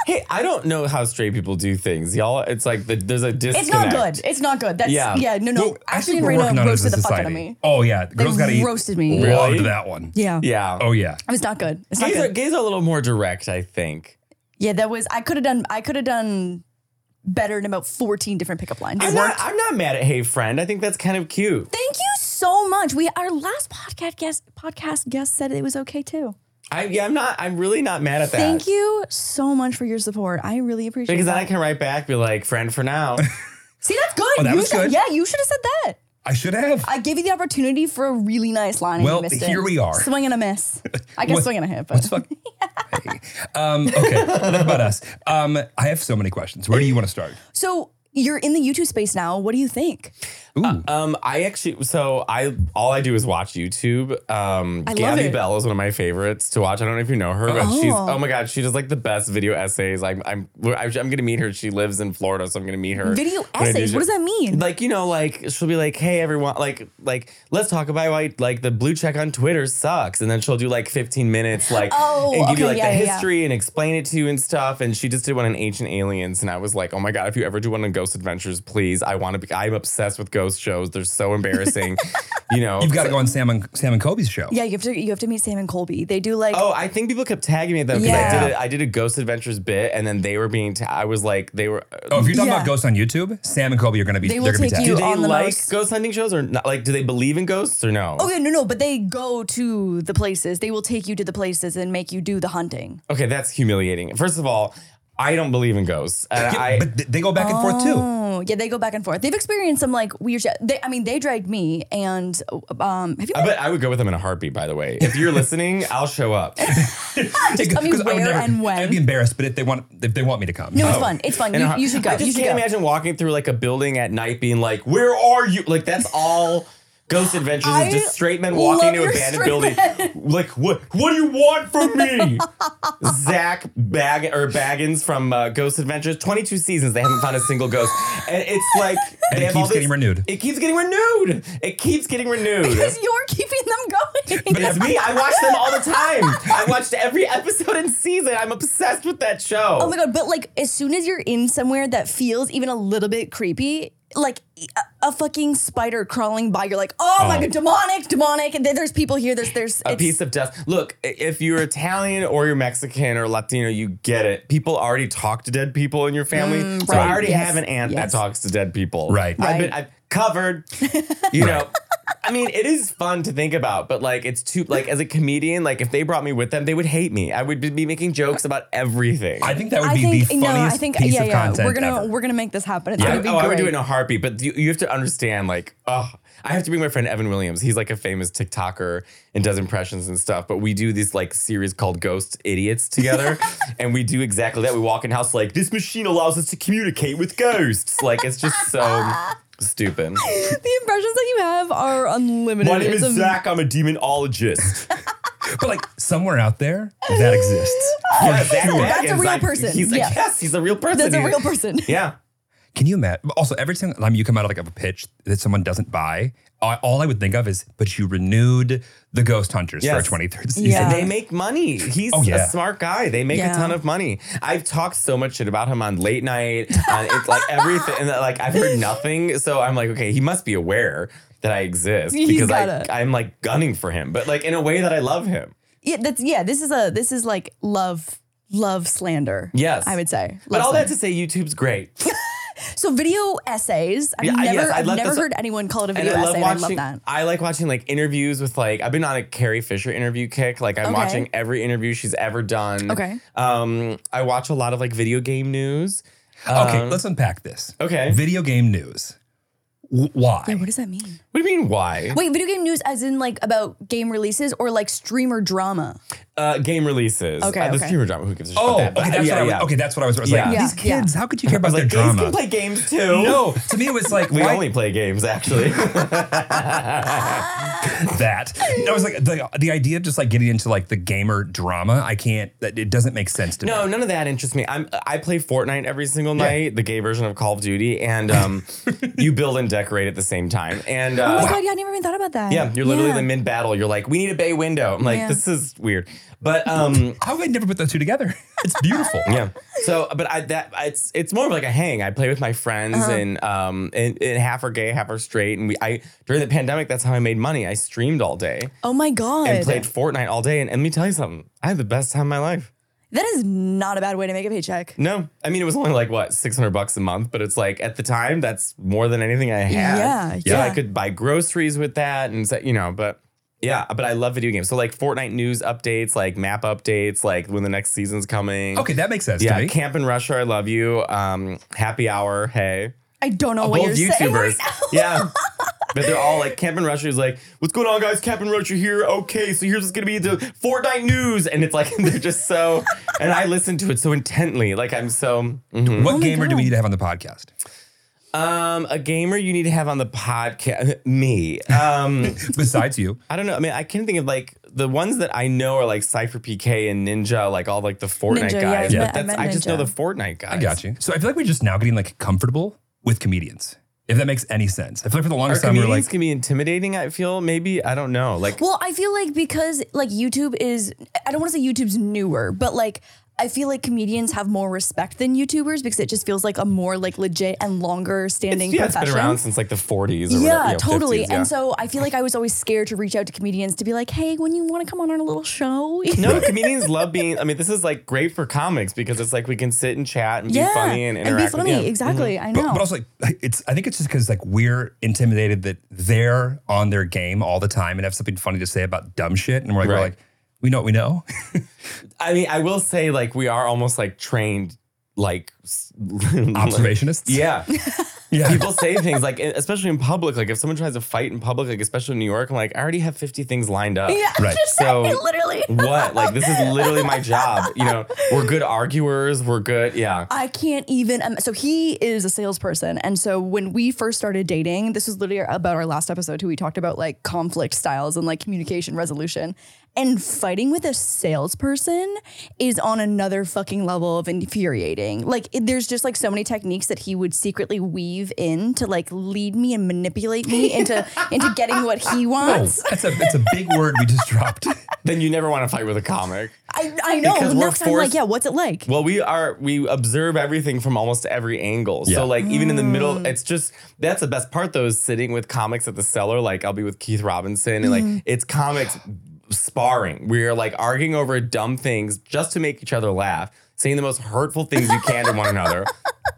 Hey, I I don't know how straight people do things, y'all. It's like the, there's a disconnect. It's not good. It's not good. That's Yeah. yeah. no, no. Well, I Ashley think and we're Reno working on it as a roasted the fuck out of society. me. Oh yeah, the girls got to eat. roasted me. Loved Really? that one. Yeah. Yeah. Oh yeah. It was not good. It's not gays, are, good. gays are a little more direct, I think. Yeah, that was I could have done I could have done better in about 14 different pickup lines. I'm not, I'm not mad at Hey Friend. I think that's kind of cute. Thank you so much. We our last podcast guest podcast guest said it was okay too. I, yeah, I'm not. I'm really not mad at that. Thank you so much for your support. I really appreciate Because that. then I can write back, be like, friend for now. See, that's good. Oh, that You was should- good. Yeah, you should have said that. I should have. I gave you the opportunity for a really nice line. and Well, you missed here it. we are. Swing and a miss. I guess What- swing and a hit, What's but fuck? Hey. Um, okay, enough about us. Um, I have so many questions. Where do you want to start? so you're in the YouTube space now. What do you think? Ooh, um, I actually, so I all I do is watch YouTube. Um, I love Gabby it. Bell is one of my favorites to watch. I don't know if you know her, but she's oh my god, she does like the best video essays. I'm I'm I'm gonna meet her. She lives in Florida, so I'm gonna meet her. Video when I do essays. shit. What does that mean? like you know like she'll be like hey everyone like like let's talk about why like the blue check on twitter sucks and then she'll do like 15 minutes like Oh, and give you okay, like yeah, the yeah, yeah. history and explain it to you and stuff and she just did one on ancient aliens and i was like oh my god if you ever do one on ghost adventures please i want to be i'm obsessed with ghost shows they're so embarrassing you know you've got to go on Sam and Sam and Kobe's show. Yeah, you have to you have to meet Sam and Colby. They do like Oh, I think people kept tagging me at them because I Yeah. did a, I did a Ghost Adventures bit, and then they were being. Ta- I was like, they were. uh, Oh, if you're talking Yeah. about ghosts on YouTube, Sam and Kobe are going to be. They are will going to be take tagged. you- do they on the like most- ghost hunting shows or not? Like, do they believe in ghosts or no? Okay, Oh, no, no, but they go to the places. They will take you to the places and make you do the hunting. Okay, that's humiliating. First of all, I don't believe in ghosts. And Yeah, I, but th- they go back and forth too. Oh, yeah, they go back and forth. They've experienced some like weird shit. They, I mean, they dragged me and um, have you? I bet I would go with them in a heartbeat, by the way. If you're listening, I'll show up. In Just tell me 'Cause I would where never- and when. I'd be embarrassed, but if they want, if they want me to come, no, it's Oh. fun. It's fun. a You, heart- you should go. I just you should can't go. imagine walking through like a building at night being like, Where are you? Like, that's all ghost adventures I is just straight men love walking into your abandoned straight building. Like, what What do you want from me? Zach Bag or Baggins from uh, Ghost Adventures, 22 seasons. They haven't found a single ghost. And it's like, And they it have all keeps getting renewed. It keeps getting renewed. It keeps getting renewed. Because you're keeping them going. But it's me. I watch them all the time. I watched every episode and season. I'm obsessed with that show. Oh my god! But like, as soon as you're in somewhere that feels even a little bit creepy, like e, a, a fucking spider crawling by, you're like, oh, my god, demonic, demonic. And then there's people here. There's there's A it's- piece of dust. Look, i- if you're Italian or you're Mexican or Latino, you get it. People already talk to dead people in your family. so I Mm, right. already Yes. have an aunt Yes. that talks to dead people. Right. I've Right. been I've covered. You know. I mean, it is fun to think about, but like it's too like as a comedian, like if they brought me with them, they would hate me. I would be making jokes about everything. I think that would I be think the no, funniest I think piece yeah, of yeah. content we're gonna ever. we're gonna make this happen. It's I, gonna oh, be I great. would do it in a heartbeat, but you, you have to understand, like, oh, I have to bring my friend Evan Williams. He's like a famous TikToker and does impressions and stuff. But we do this like series called Ghost Idiots together, and we do exactly that. We walk in house like this machine allows us to communicate with ghosts. Like it's just so stupid. the impressions that you have are unlimited. My name It's is am- Zach. I'm a demonologist. but like somewhere out there that exists. yeah, Zach No, that's a Baggins, real like, person. He's like, Yeah. yes, he's a real person. That's a He's- real person. Yeah. Can you imagine? Also, every single time you come out of like a pitch that someone doesn't buy, I- all I would think of is, but you renewed the Ghost Hunters Yes. for a 23rd season. Yeah. And they make money. He's Oh, yeah. a smart guy. They make Yeah. a ton of money. I've talked so much shit about him on late night, on it's like everything. And like I've heard nothing. So I'm like, okay, he must be aware that I exist He's because I, gotta. I'm like gunning for him, but like in a way that I love him. Yeah, that's yeah. This is a this is like love love slander. Yes. I would say. But Love all that slander. to say, YouTube's great. so video essays. I've Yeah, I- never yes, I I've love never this- heard anyone call it a And video I love essay. watching. and I love that. like watching like interviews with like I've been on a Carrie Fisher interview kick. Like I'm Okay. watching every interview she's ever done. Okay. Um, I watch a lot of like video game news. Okay, Um, let's unpack this. okay. Video game news. W- why? Yeah, what does that mean? What do you mean? Why? Wait, video game news as in like about game releases or like streamer drama? Uh, game releases. Okay, Uh, the okay. streamer drama. Who gives a shit oh, about that? okay, that's yeah, what I was, yeah. okay, that's what I was. I was Yeah. like, Yeah, these kids, yeah. how could you I care about was their like, gays drama? can play games too. no, to me it was like we why only play games actually. that. I was like the, the idea of just like getting into like the gamer drama. I can't. That it doesn't make sense to me. no, none of that interests me. I'm I play Fortnite every single night, the gay version of Call of Duty, and um, you build and decorate at the same time. And uh, Oh my god, yeah, I never even thought about that. yeah, you're literally Yeah. the mid battle. You're like, we need a bay window. I'm like, Yeah. this is weird. But um, How have I never put those two together? It's beautiful. yeah. So, but I that it's it's more of like a hang. I play with my friends Uh-huh. and um and, and half are gay, half are straight, and we I during the pandemic that's how I made money. I streamed all day Oh my god. and played Fortnite all day. And, and let me tell you something, I had the best time of my life. That is not a bad way to make a paycheck. No, I mean it was only like what six hundred bucks a month, but it's like at the time that's more than anything I had. Yeah, So yeah. I could buy groceries with that, and so, you know, but yeah, but I love video games. So like Fortnite news updates, like map updates, like when the next season's coming. Okay, that makes sense to Yeah, me. Camp in Russia, I love you. Um, happy hour, hey. I don't know what Both Oh, you're saying. YouTubers. right now. yeah. But they're all like Camp in Russia is like, what's going on, guys? Camp in Russia here. Okay, so here's what's gonna be the Fortnite news. And it's like they're just so and I listen to it so intently. Like I'm so mhm. What gamer do we need to have on the podcast? um a gamer you need to have on the podcast. Me. Um Besides you, I don't know. I mean, I can think of like the ones that I know are like Cypher PK and Ninja, like all like the Fortnite Ninja, yeah, guys. I met- But I that's met I just know Ninja. the Fortnite guys. I got you. So I feel like we're just now getting like comfortable with comedians, if that makes any sense. I feel like for the Our longest time we were comedians like, can be intimidating. I feel maybe I don't know. Like Well, I feel like because like YouTube is I don't want to say YouTube's newer, but like I feel like comedians have more respect than YouTubers because it just feels like a more like legit and longer standing yeah, it's profession. been around since like the 40s. Or yeah, whatever, totally. 50s, yeah. And so I feel like I was always scared to reach out to comedians to be like, "Hey, when you want to come on our little show?" no, comedians love being. I mean, this is like great for comics because it's like we can sit and chat and be funny and interact. be with- funny. yeah. Exactly. I know. but, but also like it's. I think it's just because like we're intimidated that they're on their game all the time and have something funny to say about dumb shit, and we're like, we're Right. like, we know what we know. I mean, I will say like we are almost like trained like s- Observationists. Yeah. yeah. People say things like, especially in public, like if someone tries to fight in public, like especially in New York, I'm like, I already have 50 things lined up. yeah, Right. so So- literally, What? Like, this is literally my job. You know, we're good arguers. We're good. Yeah. I can't even. Um, so he is a salesperson, and so when we first started dating, this was literally about our last episode. Who we talked about like conflict styles and like communication resolution, and fighting with a salesperson is on another fucking level of infuriating. Like it- there's just like so many techniques that he would secretly weave in to like lead me and manipulate me into into getting what he Oh, wants. that's a that's a big word we just dropped. Then you never want to fight with a comic. I, I know. Because we're Next time, like, forced- yeah, what's it like? Well, we are we observe everything from almost every angle. Yeah. So like even in the middle, it's just that's the best part though is sitting with comics at the cellar. Like I'll be with Keith Robinson and like it's comics sparring. We're like arguing over dumb things just to make each other laugh, saying the most hurtful things you can to one another.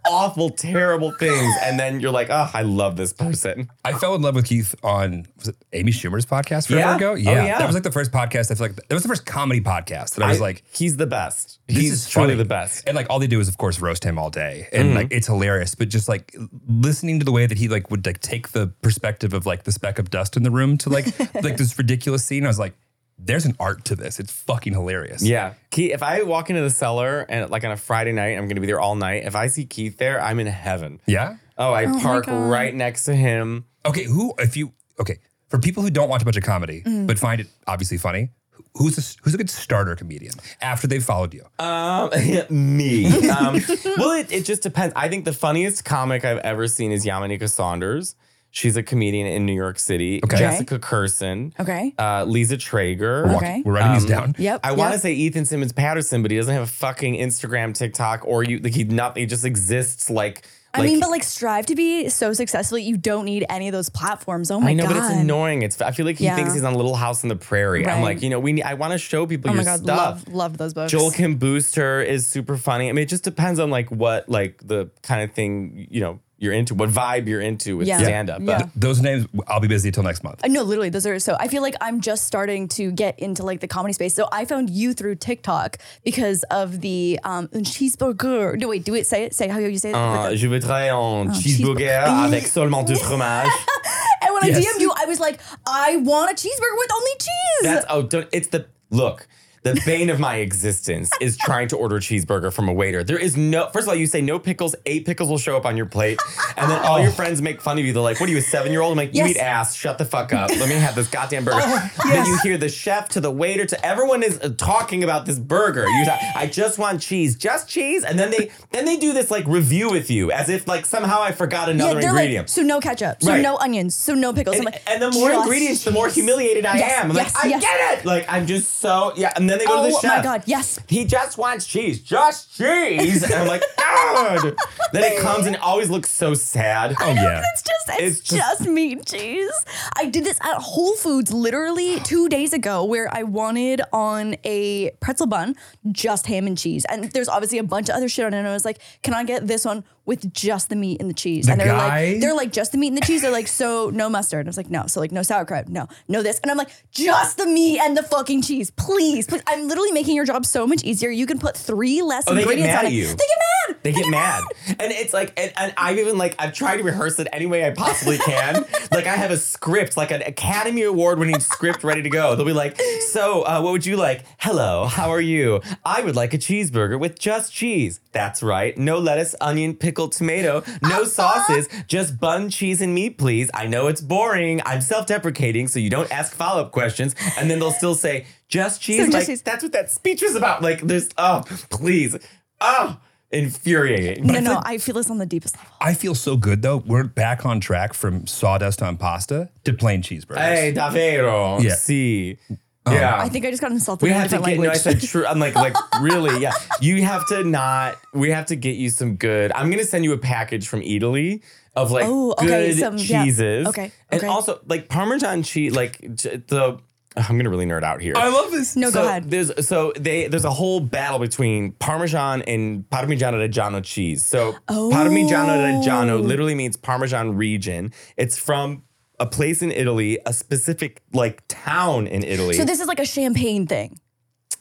Awful, terrible things, and then you're like, "Oh, I love this person." I fell in love with Keith on was it Amy Schumer's podcast forever Yeah? ago. Oh, Yeah. yeah. that was like the first podcast. I feel like that was the first comedy podcast that I was like, "He's the best. this He's is truly funny. the best." And like all they do is of course roast him all day. And like it's hilarious. But just like listening to the way that he like would like take the perspective of like the speck of dust in the room to like like this ridiculous scene. I was like, there's an art to this. It's fucking hilarious. Yeah, Keith. If I walk into the cellar and like on a Friday night, I'm going to be there all night. If I see Keith there, I'm in heaven. Yeah. Oh, I park right next to him. Okay, who if you okay, for people who don't watch a bunch of comedy Mm. but find it obviously funny, who- who's a, who's a good starter comedian after they've followed you? Um, me. Um, well, it, it just depends. I think the funniest comic I've ever seen is Yamanika Saunders. She's a comedian in New York City. Okay. Jessica Curson. Okay. Uh, Lisa Traeger. Walk- Okay. We're writing these down. Yep. I want to yep. say Ethan Simmons Patterson, but he doesn't have a fucking Instagram, TikTok, or you. Like he not. He just exists. Like, I mean, but like strive to be so successful that you don't need any of those platforms. Oh I my know, god. but it's annoying. It's. I feel like he Yeah. thinks he's on Little House on the Prairie. I'm Right. like, you know, we. Need, I want to show people Oh your my god, stuff. love loved those books. Joel Kim Booster is super funny. I mean, it just depends on like what, like the kind of thing you know you're into, what vibe you're into with Yeah. Yeah. stand up. Yeah. Those names, I'll be busy till next month. Uh, no, literally, those are so. I feel like I'm just starting to get into like the comedy space. So I found you through TikTok because of the um cheeseburger. No, wait, do it. Say it. Say how you say it. Uh, je voudrais un cheeseburger Oh, cheeseburger. avec seulement du fromage. and when I yes. DM'd you, I was like, I want a cheeseburger with only cheese. That's oh, don't, it's the look. The bane of my existence is trying to order a cheeseburger from a waiter. There is no, first of all, you say no pickles, eight pickles will show up on your plate. And then all your friends make fun of you. They're like, what are you, a seven year old? I'm like, you Oh. Yes. Oh, eat ass, shut the fuck up. Let me have this goddamn burger. Then you hear the chef to the waiter to everyone is uh, talking about this burger. You thought, I just want cheese, just cheese. And then they, then they do this like review with you as if like somehow I forgot another they're ingredient. like, so no ketchup, so Right. no onions, so no pickles. I'm And, like, and the more just ingredients, the more humiliated I Yes, am. I'm yes, like, I yes. get it. Like, I'm just so, yeah. And then they go to the Oh, chef. my God, yes. He just wants cheese, just cheese. And I'm like, God. then it comes and it always looks so sad. Oh yeah. It's just it's, It's just- just, meat and cheese. I did this at Whole Foods literally two days ago, where I wanted on a pretzel bun just ham and cheese, and there's obviously a bunch of other shit on it. And I was like, "Can I get this one with just the meat and the cheese?" The and they're guy- like, "They're like just the meat and the cheese." They're like, "So no mustard?" And I was like, "No." So like no sauerkraut, no, no this, and I'm like, "Just the meat and the fucking cheese, please." please. I'm literally making your job so much easier. You can put three less Oh, they get ingredients mad on at it. you. They get mad. They get mad. And it's like, and, and I've even like, I've tried to rehearse it any way I possibly can. like, I have a script, like an Academy Award winning script ready to go. They'll be like, So, uh, what would you like? Hello, how are you? I would like a cheeseburger with just cheese. That's right. No lettuce, onion, pickled tomato, no sauces, just bun, cheese, and meat, please. I know it's boring. I'm self deprecating, so you don't ask follow up questions. And then they'll still say, Just cheese. just like, cheese. That's what that speech was about. Like, there's, oh, please. Oh, infuriating. No, no, I feel this on the deepest level. I feel so good though. We're back on track from sawdust on pasta to plain cheeseburgers. Hey, davvero. Yeah. Uh-huh. See. yeah. Um, I think I just got insulted. we in a have to different get. No, I language. said true. I'm like, like really? Yeah. You have to not. We have to get you some good. I'm gonna send you a package from Italy of like Oh, okay, good some- yeah. cheeses. Okay, And okay. also like Parmesan cheese. Like j- the. I'm gonna really nerd out here. I love this. No, so go ahead. There's so they there's a whole battle between Parmesan and Parmigiano Reggiano cheese. So Parmigiano Oh. Reggiano literally means Parmesan region. It's from a place in Italy, a specific like town in Italy. So this is like a champagne thing.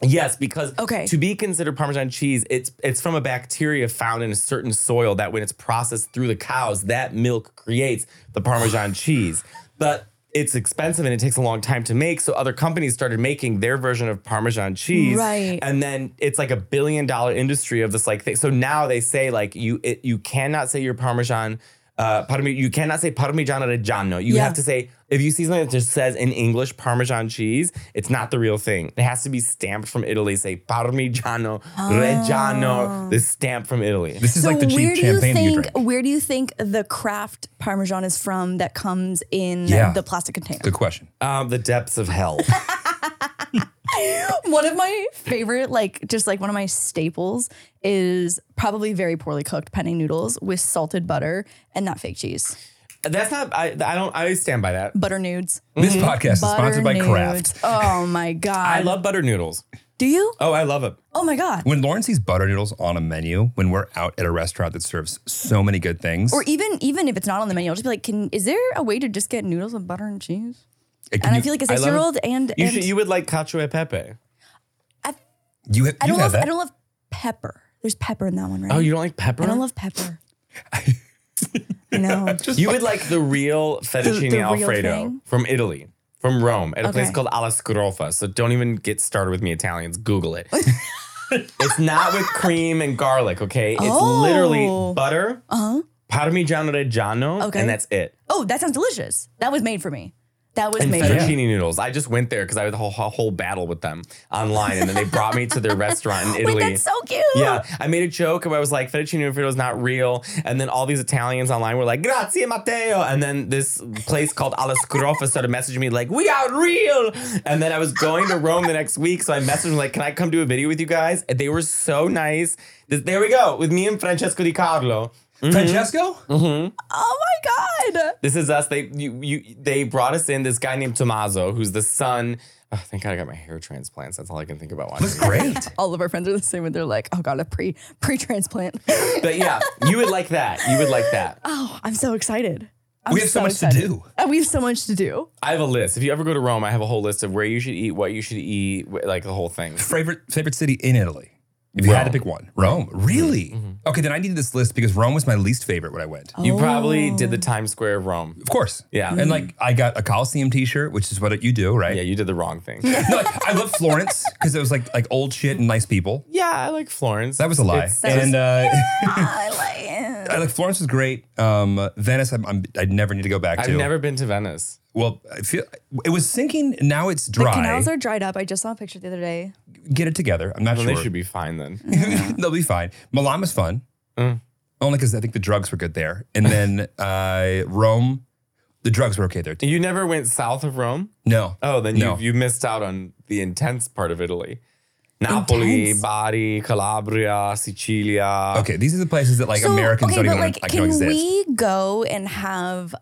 yes, because Okay. to be considered Parmesan cheese, it's it's from a bacteria found in a certain soil that when it's processed through the cows, that milk creates the Parmesan cheese. But it's expensive and it takes a long time to make. So other companies started making their version of Parmesan cheese. Right. And then it's like a billion dollar industry of this like thing. So now they say like you it, you cannot say your Parmesan uh, parmi, you cannot say Parmigiano Reggiano. You Yeah. have to say if you see something that just says in English Parmesan cheese, it's not the real thing. It has to be stamped from Italy. Say Parmigiano Oh. Reggiano. The stamp from Italy. This is so like the where cheap do you champagne that you think drink. where do you think the craft parmesan is from that comes in Yeah. the plastic container? Good question. Mm-hmm. Um, the depths of hell. One of my favorite, like just like one of my staples is probably very poorly cooked penne noodles with salted butter and not fake cheese. That's not. I, I don't. I stand by that. Butter nudes. This podcast is Butter sponsored by nudes. Kraft. Oh my god. I love butter noodles. Do you? Oh, I love it. Oh my god. When Lauren sees butter noodles on a menu, when we're out at a restaurant that serves so many good things, Or even even if it's not on the menu, I'll just be like, can is there a way to just get noodles with butter and cheese? can And I you- feel like a I six love it. year old and, You and should. You would like cacio e pepe. you, ha- I you don't have love. that. I don't love pepper. There's pepper in that one, right? Oh, you don't like pepper? I don't love pepper. no. You would like the real fettuccine the real alfredo thing? from Italy, from Rome, at a place Okay. called Alla Scrofa. So don't even get started with me Italians. Google it. it's not with cream and garlic, okay? It's literally Oh. butter, Uh-huh. Parmigiano Reggiano, Okay. and that's it. Oh, that sounds delicious. That was made for me. That was And made. for me. fettuccine noodles. I just went there because I had a whole, whole battle with them online, and then they brought me to their restaurant in Italy. Wait, that's so cute. Yeah, I made a joke and I was like, fettuccine alfredo is not real. And then all these Italians online were like, grazie Matteo. And then this place called Alla Scrofa started messaging me like, we are real. And then I was going to Rome the next week. So I messaged them like, can I come do a video with you guys? And they were so nice. Th- There we go, with me and Francesco Di Carlo. Francesco? Oh my god. This is us. They you, you they brought us in this guy named Tommaso, who's the son. Oh, thank God I got my hair transplants. That's all I can think about watching. Looks great. All of our friends are the same, and they're like, "Oh god, a pre pre transplant." But yeah, you would like that. You would like that. oh, I'm so excited. I'm We have so much to excited. do. And we have so much to do. I have a list. If you ever go to Rome, I have a whole list of where you should eat, what you should eat, wh- like the whole thing. favorite favorite city in Italy. If you had to Rome. Mm-hmm. pick one, Rome. Really? Okay, then I needed this list because Rome was my least favorite when I went. You probably did the Oh. Times Square of Rome. Of course. Oh. Yeah. Mm-hmm. And like I got a Coliseum T-shirt, which is what you do, right? Yeah, you did the wrong thing. no, like, I love Florence because it was like like old shit and nice people. yeah, I like Florence. That was a lie. It's- and uh, Ah, I like it. I like Florence was great. Um, Venice, I'm, I'm, I never need to go back I've to. never been to Venice. Well, I feel it was sinking. Now it's The dry. canals are dried up. I just saw a picture the other day. Get it together. I'm not Well, sure. they should be fine then. They'll be fine. Milan was fun, Mm. only because I think the drugs were good there. And then uh, Rome, the drugs were okay there too. You never went south of Rome? No. Oh, then No. you you missed out on the intense part of Italy. Napoli, Intense. Bari, Calabria, Sicilia. Okay, these are the places that like Americans okay, don't but even like, like, can know exist. we go and have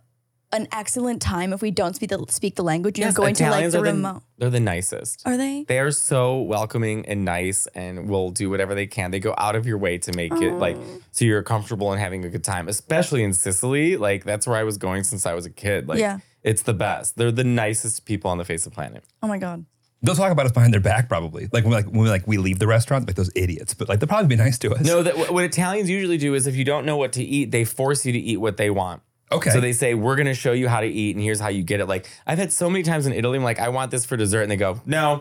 an excellent time if we don't speak the speak the language? You're Yes, going Italians to like are the remote. They're the nicest. are they? They are so welcoming and nice and will do whatever they can. They go out of your way to make it like so you're comfortable and having a good time, especially in Sicily. Like that's where I was going since I was a kid. Like Yeah. it's the best. They're the nicest people on the face of the planet. Oh my god. They'll talk about us behind their back, probably. Like when, like when like we leave the restaurant, like those idiots. But like they'll probably be nice to us. No, that wh- what Italians usually do is if you don't know what to eat, they force you to eat what they want. Okay. So they say, We're gonna show you how to eat and here's how you get it. Like I've had so many times in Italy, I'm like, I want this for dessert, and they go, No.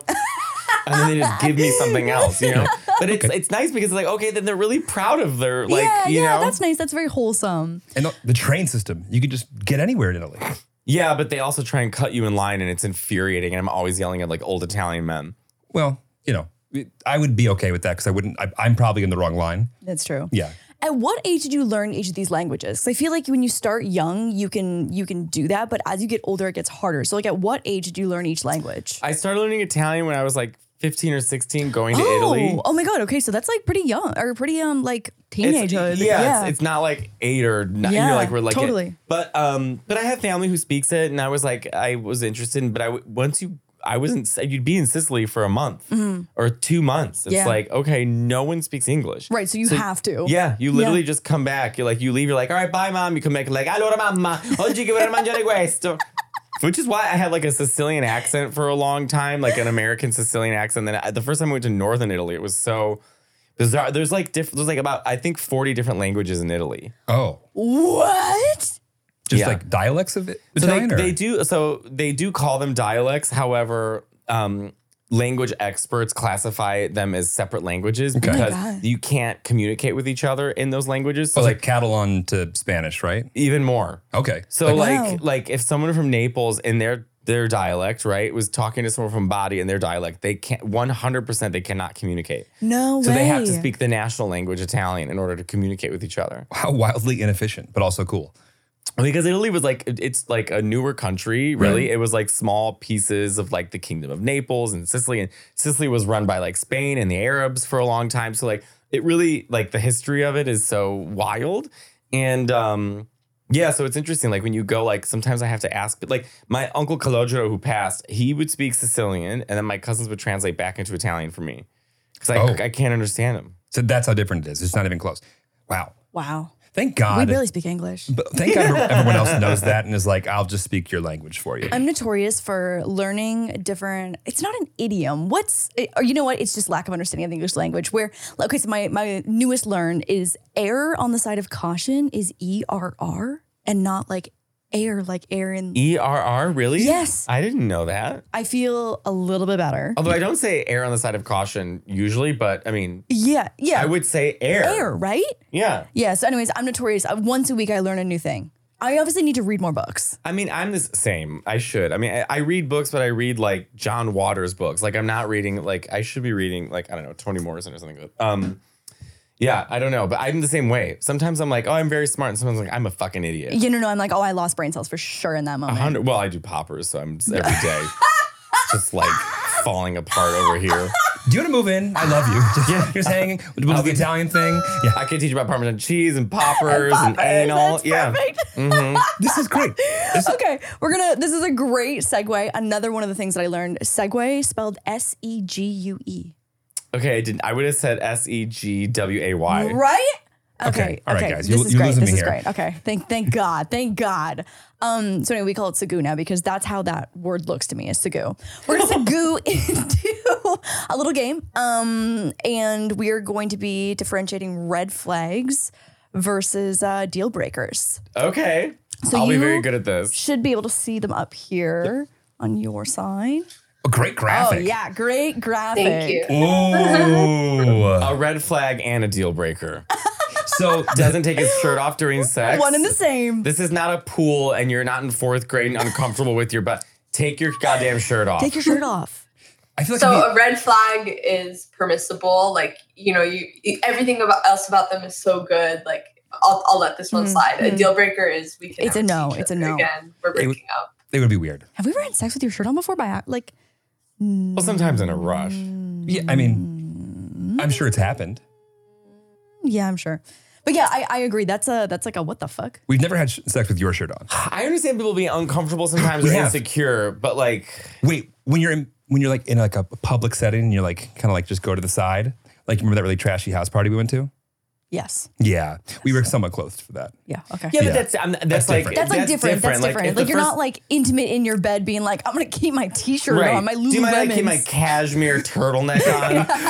and then they just give me something else, you know? But it's it's nice because it's like, okay, then they're really proud of their like, yeah, you yeah, know. that's nice. That's very wholesome. and the, the train system, you could just get anywhere in Italy. Yeah, but they also try and cut you in line and it's infuriating. And I'm always yelling at like old Italian men. Well, you know, it- I would be okay with that because I wouldn't. I, I'm probably in the wrong line. That's true. Yeah. At what age did you learn each of these languages? 'Cause I feel like when you start young, you can you can do that, but as you get older, it gets harder. So like, at what age did you learn each language? I started learning Italian when I was like 15 or 16 going to oh, Italy. oh my god. Okay, so that's like pretty young or pretty um like It's, teenagehood. yeah, It's, it's not like eight or nine. you Yeah, know, like we're like it- totally. But um, but I have family who speaks it, and I was like, I was interested, in, but I w- once you, I wasn't. You'd be in Sicily for a month or two months. It's Mm-hmm. Yeah. like okay, no one speaks English, right. So you have to. Yeah, you literally just come back. You're like, you leave. You're like, all right, bye, mom. You come back like, allora, mamma, oggi che vorrei mangiare questo. Which is why I had like a Sicilian accent for a long time, like an American Sicilian accent. Then I, the first time I went to Northern Italy, it was so bizarre. There's like diff- there's like about I think 40 different languages in Italy. Oh, What? just Yeah. like dialects of it. So they, Italian or- they do so they do call them dialects. However, um, language experts classify them as separate languages my because God. you can't communicate with each other in those languages. So Oh, like like Catalan to Spanish, right? even more. Okay. So like Wow. like, if someone from Naples in their their dialect, right, was talking to someone from Bari in their dialect, they can't one hundred percent they cannot communicate. No So way. they have to speak the national language Italian in order to communicate with each other. how wildly inefficient, but also cool. Because Italy was like it- it's like a newer country, really. It was like small pieces of like the Kingdom of Naples and Sicily, and Sicily was run by like Spain and the Arabs for a long time. So like it really like the history of it is so wild, and um, yeah, so it's interesting. Like when you go, like sometimes I have to ask, but like my uncle Calogero who passed, he would speak Sicilian, and then my cousins would translate back into Italian for me because I Oh. I can't understand him. So that's how different it is. It's not even close. Wow. Wow. Thank God. We barely speak English. but thank God everyone else knows that and is like, I'll just speak your language for you. I'm notorious for learning different. It's not an idiom. What's or you know what? It's just lack of understanding of the English language. Where like, okay, so my my newest learn is err on the side of caution is E R R and not like air like air in. E R R really? Yes. I didn't know that. I feel a little bit better. Although I don't say err on the side of caution usually, but I mean, Yeah, yeah. I would say air. air right? Yeah. Yeah. So, anyways, I'm notorious. Uh, Once a week, I learn a new thing. I obviously need to read more books. I mean, I'm the same. I should. I mean, I, I read books, but I read like John Waters books. Like, I'm not reading, like, I should be reading, like, I don't know, Toni Morrison or something. Good. Um, yeah, I don't know, but I'm the same way. Sometimes I'm like, oh, I'm very smart. And sometimes I'm like, I'm a fucking idiot. You know, no, I'm like, oh, I lost brain cells for sure in that A moment. hundred. Well, I do poppers, so I'm just every day just like falling apart over here. Do you want to move in? I love you. Just, yeah. Just hanging. We'll do the Italian thing. Yeah. I can teach you about Parmesan cheese and poppers and, anal. yeah. This is great. This is- Okay, we're gonna. This is a great segue. Another one of the things that I learned. Segue spelled S E G U E. Okay, I didn't. I would have said S E G W A Y. Right? Okay, all right, guys, This you- is you're great. losing This me is here. great. Okay. Thank, thank God. Thank God. Um. So anyway, we call it sagu now because that's how that word looks to me is sagu. We're gonna sagu into a little game. Um. And we are going to be differentiating red flags versus uh, deal breakers. Okay. So I'll be you- very good at this. Should be able to see them up here on your side. a great Oh graphic. yeah, great graphic. Thank you. Ooh. A red flag and a deal breaker. so Doesn't take his shirt off during sex. One and the same. This is not a pool and you're not in fourth grade and uncomfortable with your butt. Take your goddamn shirt off. Take your shirt off. I feel like So uh, if you- a red flag is permissible. Like you know, you everything about else about them is so good. Like I'll, I'll let this one Mm, slide. mm. A deal breaker is we can. It's a never see no, each it's a other no. Again, we're It would- breaking up. it would be weird. Have we ever had sex with your shirt on before by ac- like? Mm. Well, sometimes in a rush. Yeah, I mean, I'm sure it's happened. Yeah, I'm sure. But yeah, I, I agree. That's a that's like a what the fuck? We've never had sh- sex with your shirt on. I understand people being uncomfortable sometimes We or have. insecure, but like, Wait, when you're in, when you're like in like a public setting and you're like kind of like just go to the side. Like remember that really trashy house party we went to? Yes. Yeah, we were somewhat clothed for that. Yeah. Okay. yeah, Yeah. but that's I'm, that's, That's like different. That's, like different. That's if different. the Like, you're first- not like intimate in your bed, being like, I'm gonna keep my T-shirt on, my Do you mind if I keep Lululemon. my cashmere turtleneck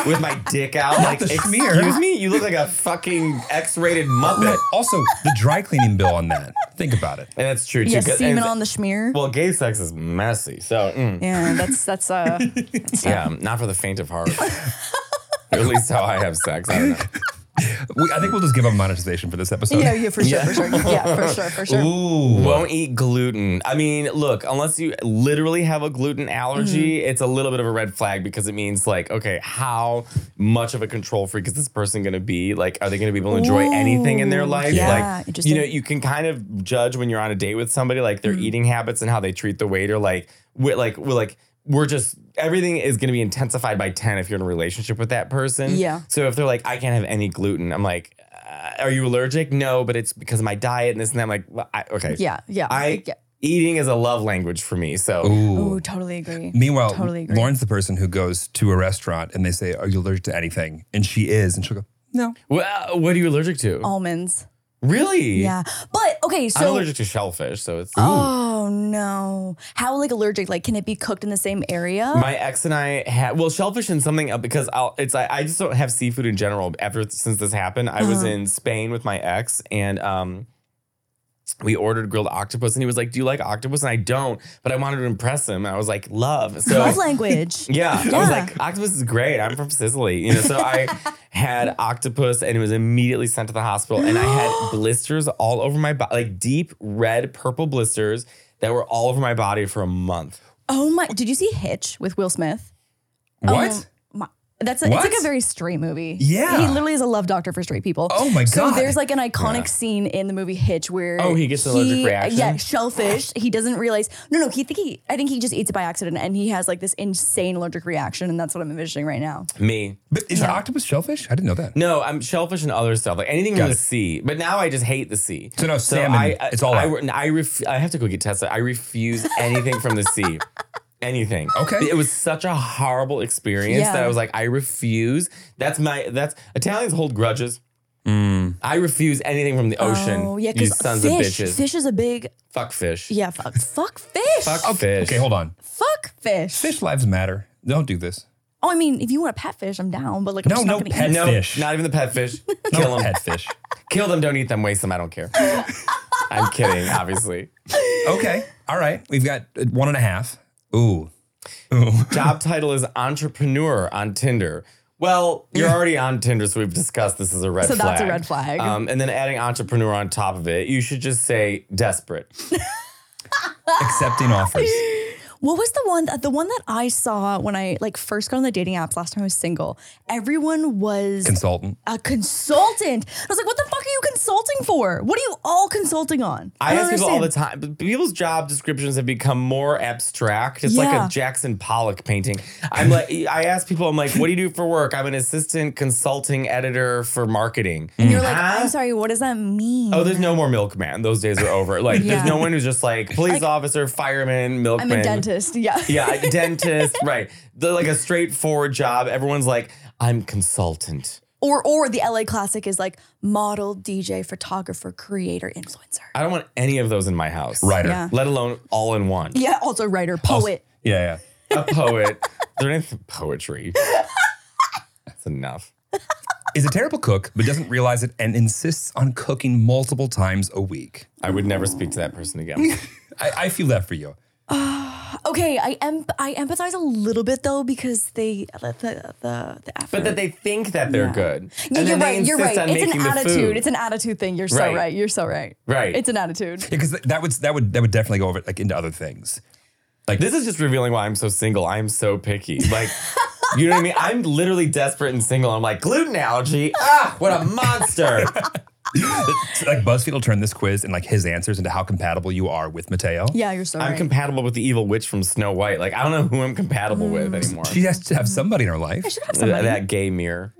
on with my dick out? Like, the schmear. excuse me, you look like a fucking X-rated muppet. But also the dry cleaning bill on that. Think about it. And that's true too. yeah, 'cause- semen and- on the schmear. well, gay sex is messy, so mm, yeah, that's that's uh. yeah, not for the faint of heart. At least how I have sex. I don't know. We, I think we'll just give up monetization for this episode. yeah, yeah, for sure, Yeah. for sure. Yeah, for sure, for sure. Ooh. Won't eat gluten. I mean, look, unless you literally have a gluten Mm-hmm. allergy, it's a little bit of a red flag because it means like, okay, how much of a control freak is this person going to be? Like, are they going to be able to enjoy anything in their Ooh, life? yeah, like, interesting. you know, you can kind of judge when you're on a date with somebody, like Mm-hmm. their eating habits and how they treat the waiter. Like, we're like, we're like, we're just everything is going to be intensified by ten if you're in a relationship with that person. Yeah. So if they're like, I can't have any gluten, I'm like. Uh, are you allergic? No, but it's because of my diet and this and that. I'm like, well, I, okay. Yeah, yeah. I yeah. eating is a love language for me. So Ooh, totally agree. Meanwhile, Totally agree. Lauren's the person who goes to a restaurant and they say, "Are you allergic to anything?" And she is, and she'll go, "No." Wha- what are you allergic to? almonds. really? Oh, Yeah, but okay, so I'm allergic to shellfish, so it's Oh no! How like allergic? Like, can it be cooked in the same area? my ex and I had well shellfish and something uh, because I'll, it's I, I just don't have seafood in general ever since this happened. I Uh-huh. was in Spain with my ex and um we ordered grilled octopus and he was like, "Do you like octopus?" And I don't, but I wanted to impress him. I was like, "Love." So Love language. Yeah. I was Yeah. like, octopus is great. I'm from Sicily. You know, so I had octopus and it was immediately sent to the hospital. And I had blisters all over my body, like deep red, purple blisters that were all over my body for a month. Oh my! Did you see Hitch with Will Smith? What? Oh my, that's a, What? it's like a very straight movie. Yeah. he literally is a love doctor for straight people. Oh my So God. there's like an iconic scene in the movie Hitch where Oh, he gets an allergic reaction? Yeah, shellfish. He doesn't realize. No, no. He think he. I think he just eats it by accident, and he has like this insane allergic reaction, and that's what I'm envisioning right now. Me. But is octopus shellfish? I didn't know that. No, I'm shellfish and other stuff, like anything Got from the it. sea. But now I just hate the sea. So no, salmon, it's all I, out. I, ref- I have to go get tested. I refuse anything from the sea. Anything. Okay. It was such a horrible experience Yeah. that I was like, I refuse. That's my, that's, Italians hold grudges. Mm. I refuse anything from the ocean. Oh yeah, you because sons of fish. bitches. Fish is a big. Fuck fish. Yeah, fuck, fuck fish. Fuck fish. Okay, hold on. Fuck fish. Fish lives matter. Don't do this. Oh, I mean, if you want a pet fish, I'm down. But like, I'm No, just no not gonna pet eat. No, Fish. not even the pet fish. Not Kill them. pet fish. Kill them. Don't eat them. Waste them. I don't care. I'm kidding, obviously. Okay. All right. We've got uh, one and a half. Ooh. Ooh. job title is entrepreneur on Tinder. Well, you're already on Tinder, so we've discussed this is a red So flag. that's a red flag. Um, and then adding entrepreneur on top of it, you should just say desperate. Accepting offers. What was the one that the one that I saw when I like first got on the dating apps last time I was single? Everyone was Consultant. a consultant. I was like, what the fuck are you consulting for? What are you all consulting on? I, don't ask people all the understand. time. but People's job descriptions have become more abstract. It's like Yeah. a Jackson Pollock painting. I'm like, I ask people, I'm like, what do you do for work? I'm an assistant consulting editor for marketing. And you're like, Huh? I'm sorry, what does that mean? Oh, there's no more milkman. Those days are over. Like, Yeah. there's no one who's just like police officer, fireman, I'm milkman. a dentist. Yeah. Yeah, a dentist, right. They're like a straightforward job. Everyone's like, I'm consultant. Or or the LA classic is like model, DJ, photographer, creator, influencer. I don't want any of those in my house. Writer. Yeah. Oh, Let alone all in one. Yeah, also writer, poet. Yeah. Yeah. A poet. They're in poetry. That's enough. Is a terrible cook, but doesn't realize it and insists on cooking multiple times a week. I would never speak to that person again. I, I feel that for you. Okay, I em- I empathize a little bit though because they the the the, the effort. But that they think that they're good. Yeah, And you're then they right. You're insist on right. It's an making the attitude. food. It's an attitude thing. You're so Right. right. You're so right. Right. It's an attitude. Because that would that would that would definitely go over like into other things. This is just revealing why I'm so single. I'm so picky. Like, you know what I mean? I'm literally desperate and single. I'm like, gluten allergy. Ah, what a monster. like BuzzFeed will turn this quiz and like his answers into how compatible you are with Mateo. Yeah, you're so I'm right. compatible with the evil witch from Snow White. Like I don't know who I'm compatible with anymore. She has to have somebody in her life. I should have Th- Mm. somebody. that gay mirror.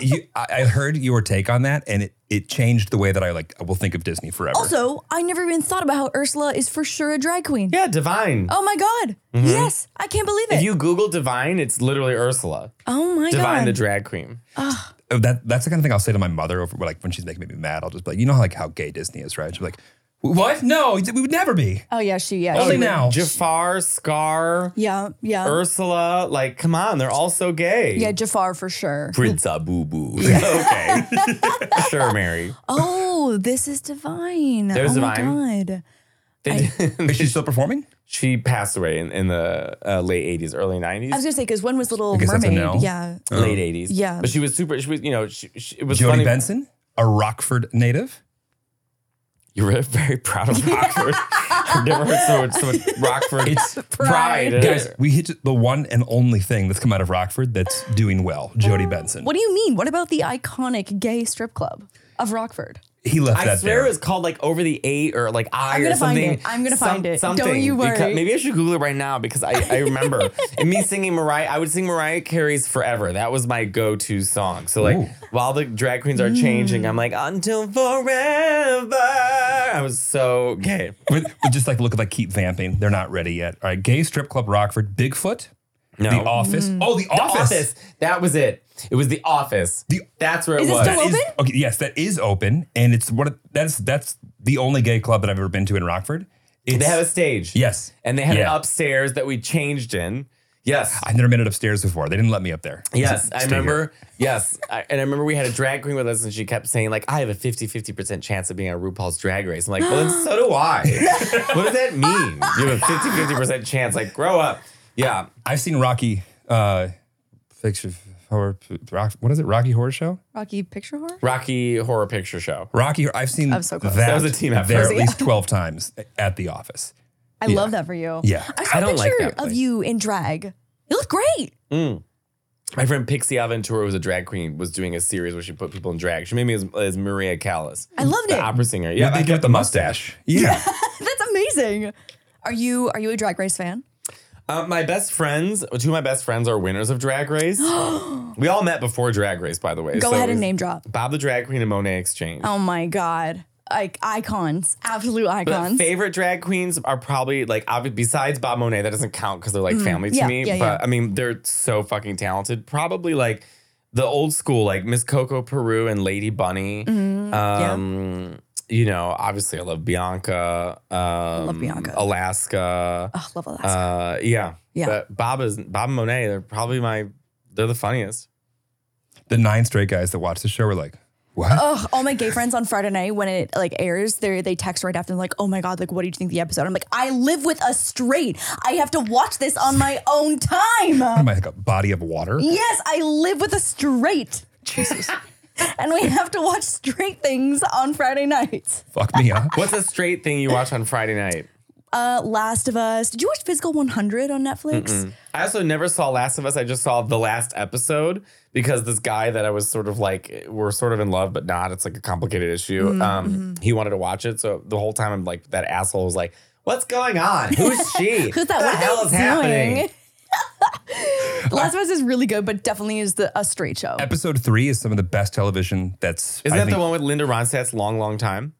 You, I, I heard your take on that, and it it changed the way that I like will think of Disney forever. also, I never even thought about how Ursula is for sure a drag queen. Yeah, divine. Oh my god! Yes, I can't believe If it. you Google divine, it's literally Ursula. oh my divine god! the drag queen. Oh, that that's the kind of thing I'll say to my mother over like when she's making me mad. I'll just be like, you know, how, like how gay Disney is, right? She'll be like, what? No, we would never be. oh yeah, she yeah. Only she- now. Jafar, Scar, Yeah, yeah, Ursula. Like, come on, they're all so gay. yeah. Jafar for sure. Prince Abu Boo. okay. sure, Mary. Oh, this is divine. There's oh my Divine. god. They- Is she still performing? she passed away in, in the uh, late 80s, early I 90s. was gonna say because one was Little guess that's a Mermaid. no. Yeah. Late 80s. Yeah. But she was super, she was, you know, she, she, it was Jodie funny. Benson, a Rockford native. You were very proud of Rockford. I've never heard so much, so much Rockford It's- pride. Guys, we hit the one and only thing that's come out of Rockford that's doing well. Jodie Benson. What do you mean? What about the iconic gay strip club of Rockford? He left I that swear there. it was called like over the eight or like I I'm or gonna find something. it. I'm gonna find it. Don't Something. you worry. Because- maybe I should Google it right now because I, I remember and me singing Mariah. I would sing Mariah Carey's "Forever." That was my go-to song. So like Ooh. while the drag queens are changing, I'm like until forever. I was so gay. we, we just like look at like keep vamping. They're not ready yet. All right, gay strip club Rockford, Bigfoot, No. The Office. Oh, The, The Office. office. That was it. It was the office. The- That's where it Is it was. still Is- open? okay, yes, that is open, and it's one. Of, that's that's the only gay club that I've ever been to in Rockford. It's, they have a stage. yes. And they had Yeah. an upstairs that we changed in. Yes. I've never been upstairs before. They didn't let me up there. Yes, Stay I here. remember. Yes. I, and I remember we had a drag queen with us and she kept saying, like, I have a 50 50% chance of being on RuPaul's drag race. I'm like, well, then so do I. what does that mean? You have a 50 50% chance. Like, grow up. Yeah. I've seen Rocky uh, picture horror. Rock, what is it? Rocky Horror Show. Rocky Picture Horror. Rocky Horror Picture Show. Rocky. I've seen I'm so close. that. That was a team effort. there Was at it? least twelve times at the office. I love that for you. Yeah. I saw I a don't like picture that of place. you in drag. You look great. My friend Pixie Aventura, who's a drag queen, was doing a series where she put people in drag. She made me as, as Maria Callas. I loved the it. opera singer. Yeah, they I do with got the mustache. Yeah. That's amazing. Are you are you a drag race fan? Uh, my best friends, two of my best friends are winners of Drag Race. we all met before Drag Race, by the way. Go So ahead it and was name drop. Bob the Drag Queen and Monet Exchange. Oh my god. Like icons. Absolute But icons. favorite drag queens are probably like obvi- besides Bob Monet, that doesn't count because they're like family to Mm, Yeah, me. yeah, but yeah. I mean, they're so fucking talented. Probably like the old school, like Miss Coco Peru and Lady Bunny. Mm-hmm, um, You know, obviously I love Bianca. Um, I love Bianca. Alaska. oh, love Alaska. Uh, yeah. Yeah. But Bob is Bob and Monet. They're probably my. They're the funniest. the nine straight guys that watched the show were like, "What?" Ugh, all my gay friends on Friday night when it like airs, they they text right after like, "Oh my god, like what do you think of the episode?" I'm like, "I live with a straight. I have to watch this on my own What time." am I like a body of water? Yes, I live with a straight. Jesus. and we have to watch straight things on Friday nights. Fuck me up. What's a straight thing you watch on Friday night? Uh, Last of Us. Did you watch Physical 100 on Netflix? I also never saw Last of Us. I just saw the last episode because this guy that I was sort of like, we're sort of in love, but not. It's like a complicated issue. Mm-hmm. Um, he wanted to watch it. So the whole time I'm like, that asshole was like, what's going on? Who's she? Who's that? What What the hell is happening? Last of Us is really good, but definitely is the a straight show. Episode three is some of the best television that's. Isn't I that think- the one with Linda Ronstadt's long, long time?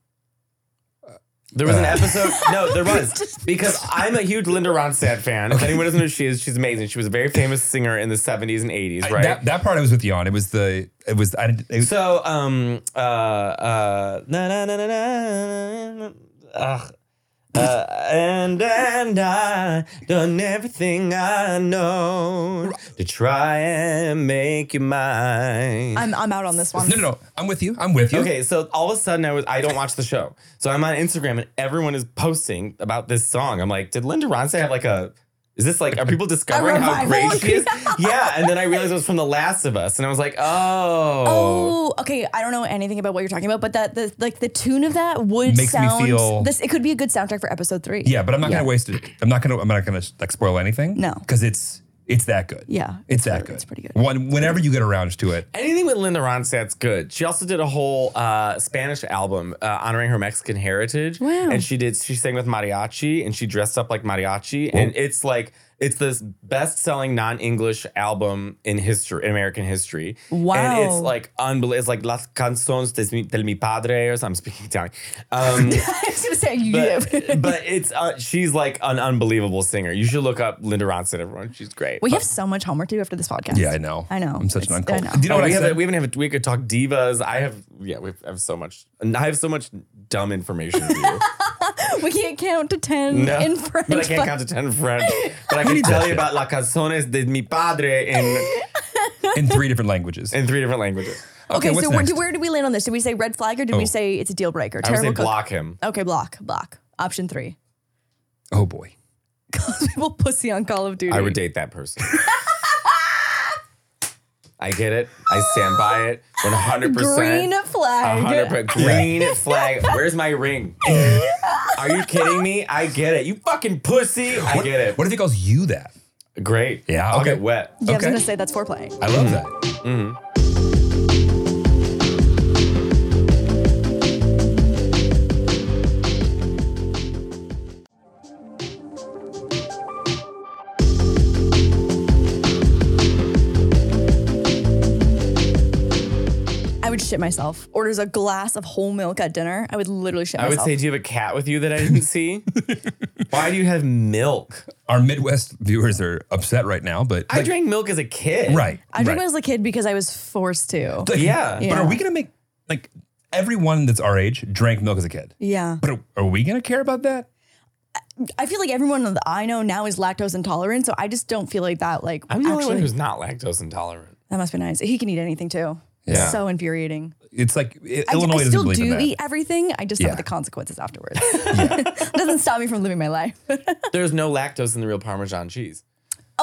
There was an episode. No, there was because I'm a huge Linda Ronstadt fan. If anyone doesn't know who she is, she's amazing. She was a very famous singer in the 70s and 80s, right? That, that part I was with you on. It was the. It was. I didn't. It, So, um, uh, uh, na na na na na, na, ugh. Uh, and and I done everything I know to try and make you mine. I'm, I'm out on this one. no, no, no. I'm with you. I'm with you. Okay, so all of a sudden I was I don't watch the show. So I'm on Instagram and everyone is posting about this song. I'm like, did Linda Ronstadt have like a is this like are people discovering how revival? great she is? yeah, and then I realized it was from The Last of Us and I was like, Oh, okay. I don't know anything about what you're talking about, but that the like the tune of that would Makes me sound feel- this. It could be a good soundtrack for episode three. Yeah, but I'm not gonna waste it. I'm not gonna. I'm not gonna like spoil anything. No. Because it's It's that good. Yeah. It's that good. It's pretty good. One, whenever you get around to it, Anything with Linda Ronstadt's good. She also did a whole uh, Spanish album uh, honoring her Mexican heritage. Wow. And she did. She sang with mariachi, and she dressed up like mariachi. And it's like it's this best-selling non-English album in history, in American history. And it's Wow. like unbelievable. It's like Las Canciones de mi, del mi Padre, or something. I'm speaking Italian. Um, I was gonna say you. but, but it's uh, she's like an unbelievable singer. You should look up Linda Ronstadt, everyone. She's great. we have so much homework to do after this podcast. yeah, I know. I know. I'm such an It's- I uncle. know. Do you know Oh, what we, I have, said? a- we even have. a- We could talk divas. I have. Yeah, we have, I have so much. and I have so much dumb information for you. We can't count to ten No, in French. but I can't count to ten in French. But I can tell you about La Canciones de Mi Padre in in three different languages. in three different languages. okay, what's so where, next? where did we land on this? Did we say red flag or did Oh. we say it's a deal breaker? I would say cook- block him. Okay, block, block. Option three. oh boy. People pussy on Call of Duty. I would date that person. I get it. I stand by it. One hundred Green percent. flag. A hundred percent green flag. Where's my ring? Are you kidding me? I get it. You fucking pussy. I What- get it. What if he calls you that? Great. Yeah, I'll okay. get wet. Yeah, I was Okay. gonna say that's foreplay. I love Mm-hmm. that. I would shit myself. Orders a glass of whole milk at dinner. I would literally shit I would myself. say, do you have a cat with you that I didn't see? Why do you have milk? Our Midwest viewers are upset right now, but I like, drank milk as a kid. right. I drink right. when I was a kid because I was forced to. Like, Yeah. But Yeah. are we gonna make like everyone that's our age drank milk as a kid? yeah. But are, are we gonna care about that? I feel like everyone that I know now is lactose intolerant, so I just don't feel like that. Like, I'm the only one actually, who's not lactose intolerant. that must be nice. He can eat anything too. It's Yeah. so infuriating. It's like I, I, I Illinois doesn't still believe in do that. eat everything. I just Yeah. have the consequences afterwards. Doesn't stop me from living my life. There's no lactose in the real Parmesan cheese.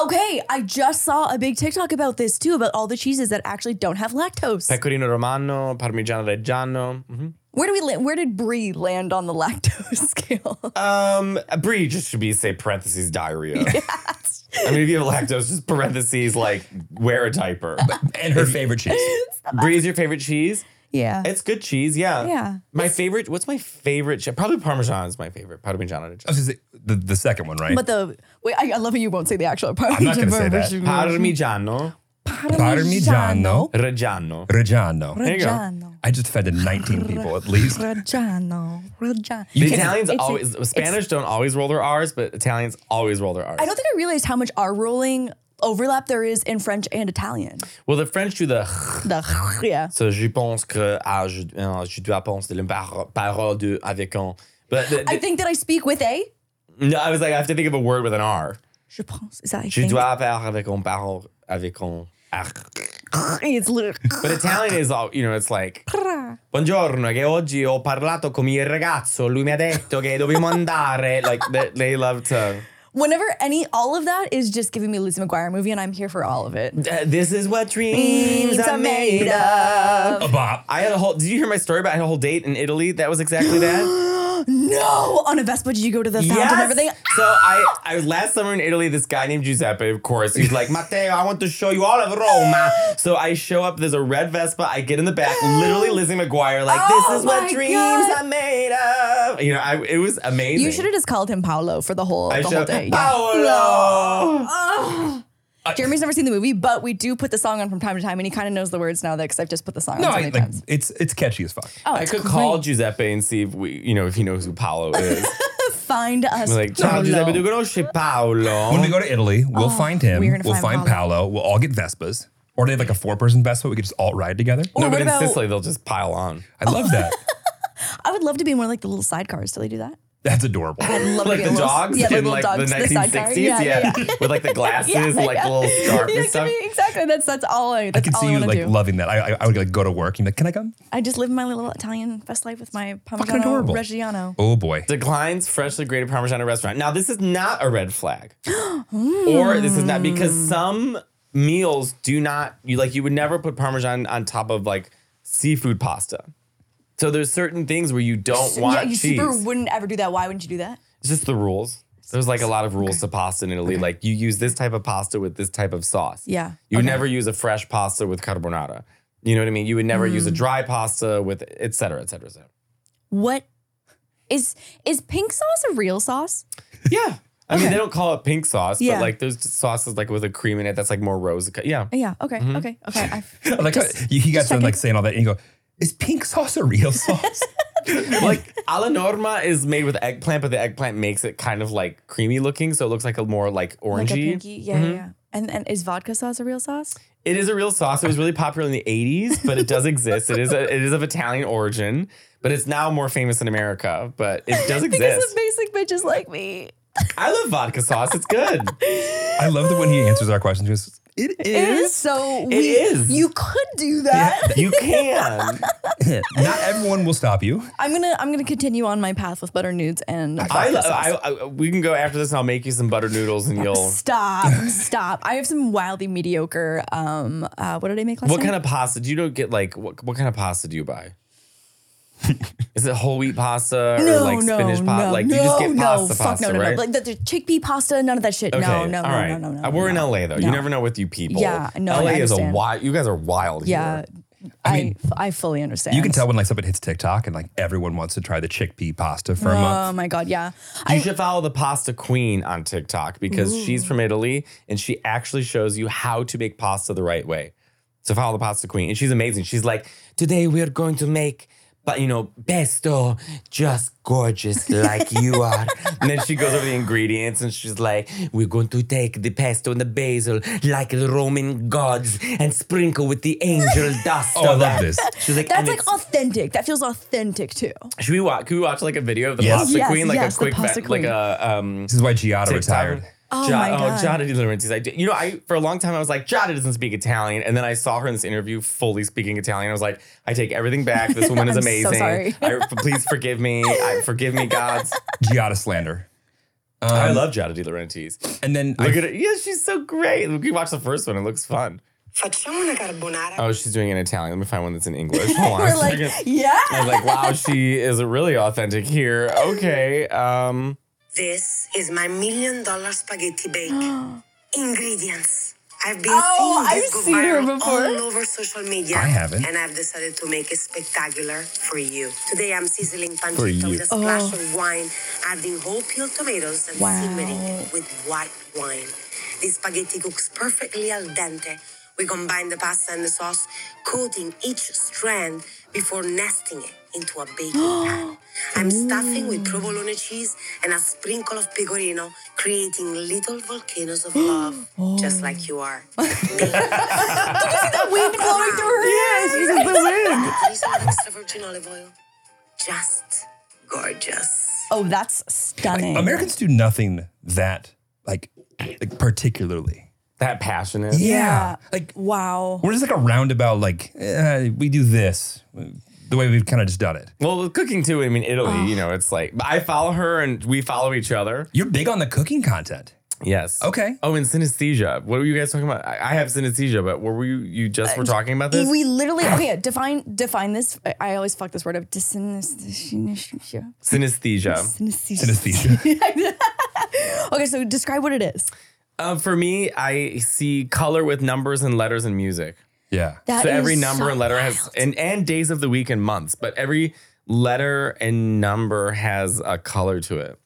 okay, I just saw a big TikTok about this too, about all the cheeses that actually don't have lactose. Pecorino romano, Parmigiano reggiano. Mhm. Where do we? La- where did Brie land on the lactose scale? Uh, Um, brie just should be say parentheses diarrhea. I mean, if you have lactose, just parentheses like wear a diaper. And her favorite cheese. Brie is your favorite cheese. yeah. It's good cheese, yeah. Yeah. My favorite. What's my favorite? che- Probably Parmesan is my favorite. Parmigiano reggiano. I was just, the, the second one, right? But the wait, I, I love how you won't say the actual part. I'm not gonna say that. Parmigiano Parmigiano reggiano. Reggiano. There you go. Reggiano. I just offended 19 people at least. Reggiano. Reggiano. The It's- Italians it's- always, it's- Spanish don't always roll their R's, but Italians always roll their R's. I don't think I realized how much R rolling overlap there is in French and Italian. well, the French do the. The yeah. So je pense que ah, je, ah, je dois penser la par- parole de avec un. But the, I think that I speak with a. no, I was like, I have to think of a word with an R. Je pense. Is that I Je think? dois parler avec un parole avec un R. It's literally. But Italian is all, you know, it's like. Buongiorno, che oggi ho parlato con il ragazzo. Lui mi ha detto che dobbiamo andare. Like they, they love to. Whenever any all of that is just giving me Lizzie McGuire movie, and I'm here for all of it. Uh, this is what dreams are made of. A bop. I had a whole. Did you hear my story about I had a whole date in Italy? That was exactly that. No, on a Vespa, did you go to the fountain and everything? So I, I was last summer in Italy. This guy named Giuseppe, of course. He's like, Matteo, I want to show you all of Roma. So I show up. There's a red Vespa. I get in the back, literally Lizzie McGuire, like, Oh this is what my dreams God. are made of. You know, I, it was amazing. You should have just called him Paolo for the whole I the whole showed- day. Yeah. Paolo. Jeremy's never seen the movie, but we do put the song on from time to time, and he kind of knows the words now because I've just put the song No, on so I, many like, times. it's it's catchy as fuck. Oh, I it's could great. call Giuseppe and see if we, you know, if he knows who Paolo is. Find us. I'm like, ciao Paolo. Giuseppe, tu conosci Paolo? When we go to Italy, we'll find him. Oh, we're gonna We'll find find Paolo. We'll all get Vespas. Or they have like a four person Vespa. We could just all ride together. no, Or but what in about- Sicily, they'll just pile on. I love that. I would love to be in one of like the little sidecars. Do they do that? That's adorable. I'd love to like be the in little- dogs yeah, in little like dogs the to sidecar. 1960s, yeah, with like the glasses Yeah, and like yeah. the little scarf Yeah, and give stuff. me- exactly. That's that's all I. I That's could all see I you want like to do. loving that. I, I, I would like go to work and be like, can I come? I just live my little Italian best life with my Fucking Parmigiano adorable. Reggiano. Oh boy. Declines freshly grated Parmesan at a restaurant. Now, this is not a red flag, or this is not because some meals do not. You like you would never put Parmesan on top of like seafood pasta. So there's certain things where you don't want yeah, you cheese. super wouldn't ever do that. Why wouldn't you do that? it's just the rules. There's like a lot of rules to pasta in Italy. Like you use this type of pasta with this type of sauce. Yeah. You Okay. never use a fresh pasta with carbonara. You know what I mean? You would never use a Mm. dry pasta with et cetera, et cetera, et cetera. What is is pink sauce a real sauce? Yeah. I mean, Okay. they don't call it pink sauce, Yeah. but like there's sauces like with a cream in it that's like more rose. Yeah. Yeah. Okay. Mm-hmm. Okay. Okay. I, I like just- how you, you guys just are like checking. saying all that, and you go, "Is pink sauce a real sauce?" like alla norma is made with eggplant, but the eggplant makes it kind of like creamy looking, so it looks like a more like like a orangey. Mm-hmm. pinky. Yeah. yeah, Yeah. And and is vodka sauce a real sauce? It is a real sauce. It was really popular in the 80s, but it does exist. It is a, it is of Italian origin, but it's now more famous in America, but it does Because exist. of basic bitches like me. I love vodka sauce. It's good. I love that when he answers our questions, he goes, "It It is." is so weird. is. You could do that. You can. Not everyone will stop you. I'm gonna I'm gonna continue on my path with butter nudes and I, lo- I, I we can go after this and I'll make you some butter noodles and you'll stop stop. I have some wildly mediocre. Um, uh, what did I make last What time? kind of pasta do you don't get like what what kind of pasta do you buy? is it whole wheat pasta or no, like no, spinach pasta? no, like no, you just get no, pasta fuck pasta, no, no, right? no. Like the, the chickpea pasta, none of that shit. Okay, No, no, no, all right. no, no, no. Uh, We're no. in LA though. You No. never know with you people. Yeah, no, I LA is a understand. wild. You guys are wild. Yeah, here. I I, fully understand. You can tell when like something hits TikTok and like everyone wants to try the chickpea pasta for a Oh month. my god, yeah. You I, should follow the pasta queen on TikTok because she's from Italy and she actually shows you how to make pasta the right way. So follow the pasta queen and she's amazing. She's like, today we are going to make, but you know, pesto, just gorgeous like you are. and then she goes over the ingredients and she's like, we're going to take the pesto and the basil like the Roman gods and sprinkle with the angel dust. Oh, I on love it." this. She's like, that's "And like it's- authentic. That feels authentic too. should we watch? Can we watch like a video of the Yes. pasta Yes, queen, like yes, a the quick, va- pasta like queen. a um, This is why Giada TikTok. retired. Oh Jo- my God. Oh, Giada De Laurentiis. I did, you know, I for a long time I was like, Giada doesn't speak Italian, and then I saw her in this interview fully speaking Italian. I was like, I take everything back. This woman is I'm so amazing. sorry. I, f- please forgive me. I, forgive me, gods. Giada slander. I Um, love Giada De Laurentiis. And then Look I, at her. Yeah, she's so great. Look, you watch the first one. It looks fun. Facciamo una carbonara. Oh, she's doing it in Italian. Let me find one that's in English. Hold on. a We're like, second. yeah. I was like, wow, she is really authentic here. Okay. Um, This is my million dollar spaghetti bake. Ingredients. I've been Oh, seeing this I've go seen her viral before. all over social media. I haven't. And I've decided to make it spectacular for you. Today I'm sizzling pancetta with a Oh. splash of wine, adding whole peeled tomatoes and Wow. simmering it with white wine. This spaghetti cooks perfectly al dente. We combine the pasta and the sauce, coating each strand before nesting it into a baking pan. I'm stuffing with provolone cheese and a sprinkle of pecorino, creating little volcanoes of love, just like you are. the wind blowing through her hair. Use some extra virgin olive oil. Just gorgeous. Oh, that's stunning. Americans do nothing that like, like particularly. that passionate. Yeah. Like Wow. we're just like a roundabout. Like eh, we do this the way we've kind of just done it. Well, with cooking too. I mean, Italy. You know, it's like I follow her and we follow each other. You're big on the cooking content. Yes. Okay. Oh, and synesthesia. What were you guys talking about? I, I have synesthesia, but were you you just were talking about this? Uh, We literally okay. Define define this. I- I always fuck this word up. Synesthesia. synesthesia. Synesthesia. okay, so describe what it is. Uh, for me, I see color with numbers and letters and music. Yeah. That so is every number so and letter has wild. and and days of the week and months, but every letter and number has a color to it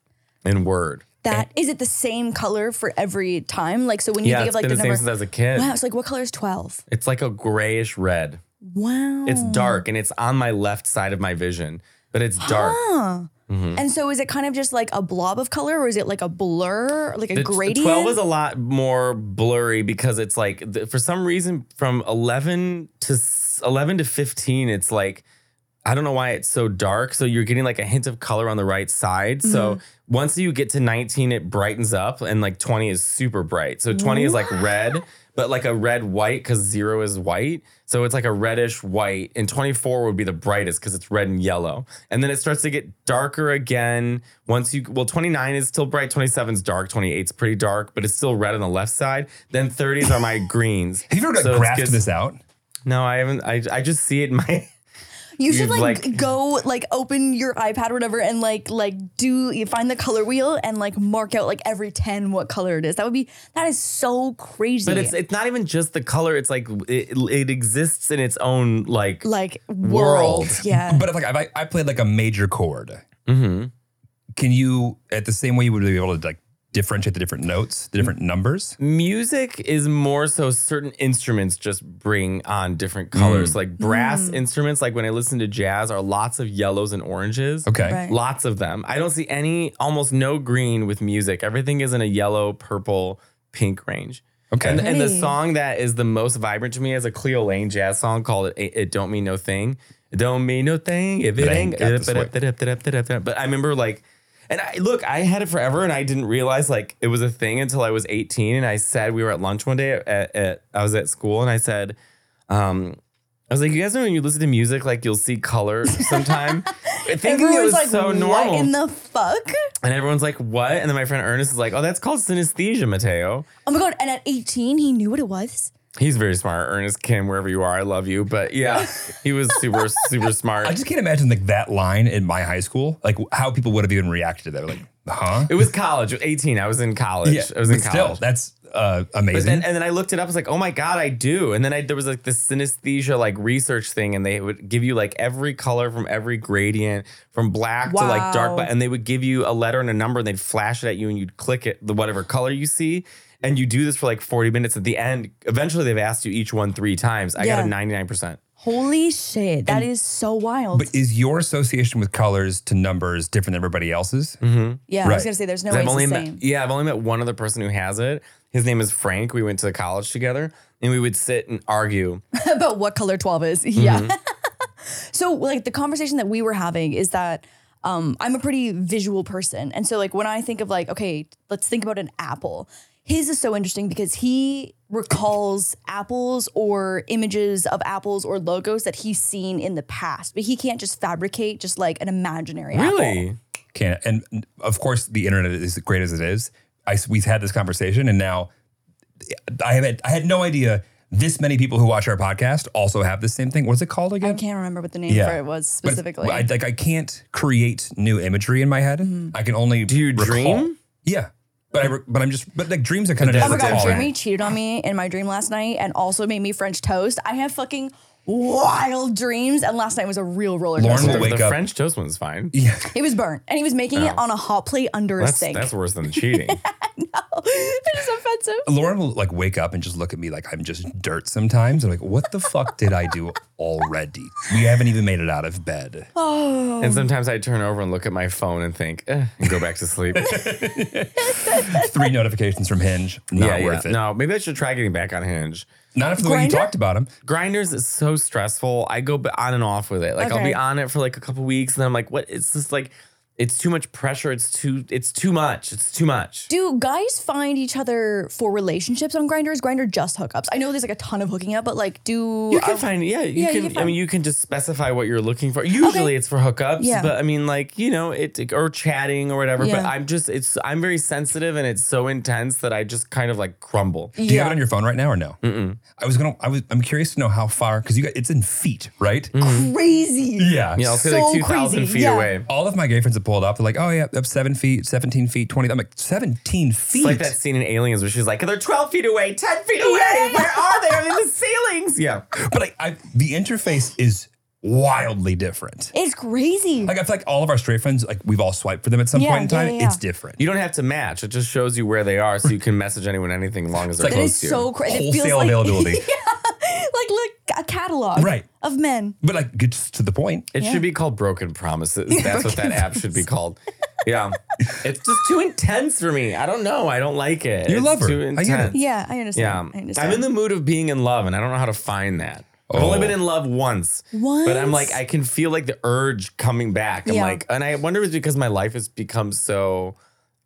and word. that is it. The same color for every time. Like so when you Yeah, think it's of like been the the, same number. since I was a kid. Wow, it's like what color is twelve? It's like a grayish red. Wow. It's dark and it's on my left side of my vision, but it's dark. Hmm. Huh. Mm-hmm. And so is it kind of just like a blob of color, or is it like a blur, like a The t- gradient? 12 is a lot more blurry because it's like th- for some reason from 11 to s- 11 to 15 it's like I don't know why it's so dark so you're getting like a hint of color on the right side. So Mm-hmm. once you get to 19 it brightens up and like 20 is super bright. So 20 is like red but like a red white cuz 0 is white. So it's like a reddish white and 24 would be the brightest cuz it's red and yellow. And then it starts to get darker again once you well 29 is still bright, 27 is dark, 28 is pretty dark, but it's still red on the left side. Then 30s are my greens. Have you ever like So it's graphed good- this out? No, I haven't I I just see it in my You should You've, like, like- go like open your iPad or whatever and like like do you find the color wheel and like mark out like every 10 what color it is. That would be that is so crazy. But it's it's not even just the color. It's like it, it exists in its own like. like World. world. Yeah. But if like if I, I played like a major chord, hmm can you at the same way you would be able to like differentiate the different notes, the different numbers? Music is more so certain instruments just bring on different colors. Like brass instruments, like when I listen to jazz, are lots of yellows and oranges. Okay. Right. Lots of them. I don't see any, almost no green with music. Everything is in a yellow, purple, pink range. Okay. And, and the Right. song that is the most vibrant to me is a Cleo Lane jazz song called "It, It Don't Mean No Thing." It don't mean no thing if it But I ain't. ain't got this got- But I remember like, and I look, I had it forever, and I didn't realize like it was a thing until I was 18. And I said we were at lunch one day at, at I was at school, and I said, um, I was like, you guys know when you listen to music, like you'll see color sometime. Thinking it was so normal, what in the fuck? and everyone's like, "What?" And then my friend Ernest is like, "Oh, that's called synesthesia, Mateo." Oh my god! And at 18, he knew what it was. He's very smart, Ernest Kim. Wherever you are, I love you. But yeah, he was super, super smart. I just can't imagine like that line in my high school, like how people would have even reacted to that. Like, huh? it was college. It was Eighteen. I was in college. I was in but college. still, that's uh, amazing. but then, and then I looked it up. I was like, "Oh my god, I do!" And then I, there was like this synesthesia like research thing, and they would give you like every color from every gradient, from black to like dark Wow. black, and they would give you a letter and a number, and they'd flash it at you, and you'd click it, the whatever color you see, and you do this for like forty minutes. At the end, eventually they've asked you each one three times. I got Yeah. a ninety nine percent. Holy shit! That is so wild. but is your association with colors to numbers different than everybody else's? yeah, I was right. gonna say there's no 'Cause way I've it's only the met, same. yeah, I've only met one other person who has it. His name is Frank. We went to college together, and we would sit and argue. about what color 12 is. Yeah. Mm-hmm. so like the conversation that we were having is that um, I'm a pretty visual person. And so like when I think of like, okay, let's think about an apple. His is so interesting because he recalls apples or images of apples or logos that he's seen in the past, but he can't just fabricate just like an imaginary apple. Really? Can and of course the internet is as great as it is. I we've had this conversation, and now I had I had no idea this many people who watch our podcast also have the same thing. What's it called I again? can't remember what the name Yeah. for it was But specifically. I, like I can't create new imagery in my head. Mm-hmm. I can only do you dream? Yeah, but I re- but I'm just but like dreams are kind of But Oh my that's god, different. Jeremy cheated on me in my dream last night and also made me French toast. I have fucking wild dreams, and last night was a real roller Lauren coaster. will The, wake the up. French toast one's fine. Yeah, He was burnt, and he was making it on a hot plate under a That's sink. that's worse than cheating. it is offensive. Lauren will like wake up and just look at me like I'm just dirt sometimes. I'm like, what the fuck did I do already? We haven't even made it out of bed. and sometimes I turn over and look at my phone and think, eh, and go back to sleep. Three notifications from Hinge, not Yeah, yeah. worth it. No, maybe I should try getting back on Hinge. Not after the way you Grindr? talked about him. Grinders is so stressful. I go b- on and off with it. Like I'll Okay. be on it for like a couple weeks, and I'm like, what? It's just like, it's too much pressure. It's too, it's too much. It's too much. Do guys find each other for relationships on Grindr? Is Grindr just hookups? I know there's like a ton of hooking up, but like, do You can uh, find it. Yeah, you yeah, you can. can I find- mean, you can just specify what you're looking for. Usually, it's for hookups. Yeah. But I mean, like you know, it or chatting or whatever. But Yeah. I'm just it's I'm very sensitive and it's so intense that I just kind of like crumble. Do you have it on your phone right now or no? Mm-mm. I was gonna. I was. I'm curious to know how far because you got. It's in feet, right? crazy? Yeah. Mm. Yeah, I'll say So like two thousand crazy, feet yeah. away. All of my gay friends have pulled up. They're like, oh yeah, up seven feet, seventeen feet, twenty. I'm like, seventeen feet. It's like that scene in Aliens where she's like, "They're twelve feet away, ten feet away. Where are they? Are they in the ceilings?" Yeah. But I, I, the interface is wildly different. It's crazy. Like I feel like all of our straight friends, like we've all swiped for them at some Yeah, point in yeah, time. yeah, yeah. It's different. You don't have to match. It just shows you where they are, so you can message anyone anything as long as they're that close is to you. so crazy. It feels wholesale like, availability. like look a catalog Right. of men. But like gets to the point. It should be called Broken Promises. That's what that app should be called. Yeah. it's just too intense for me. I don't know. I don't like it. You it's love her. Too I get it. intense. Yeah, I understand. Yeah. I understand. I'm in the mood of being in love and I don't know how to find that. I've Oh. only been in love once. But I'm Once? like, I can feel like the urge coming back. I'm Yeah. like, and I wonder if it's because my life has become so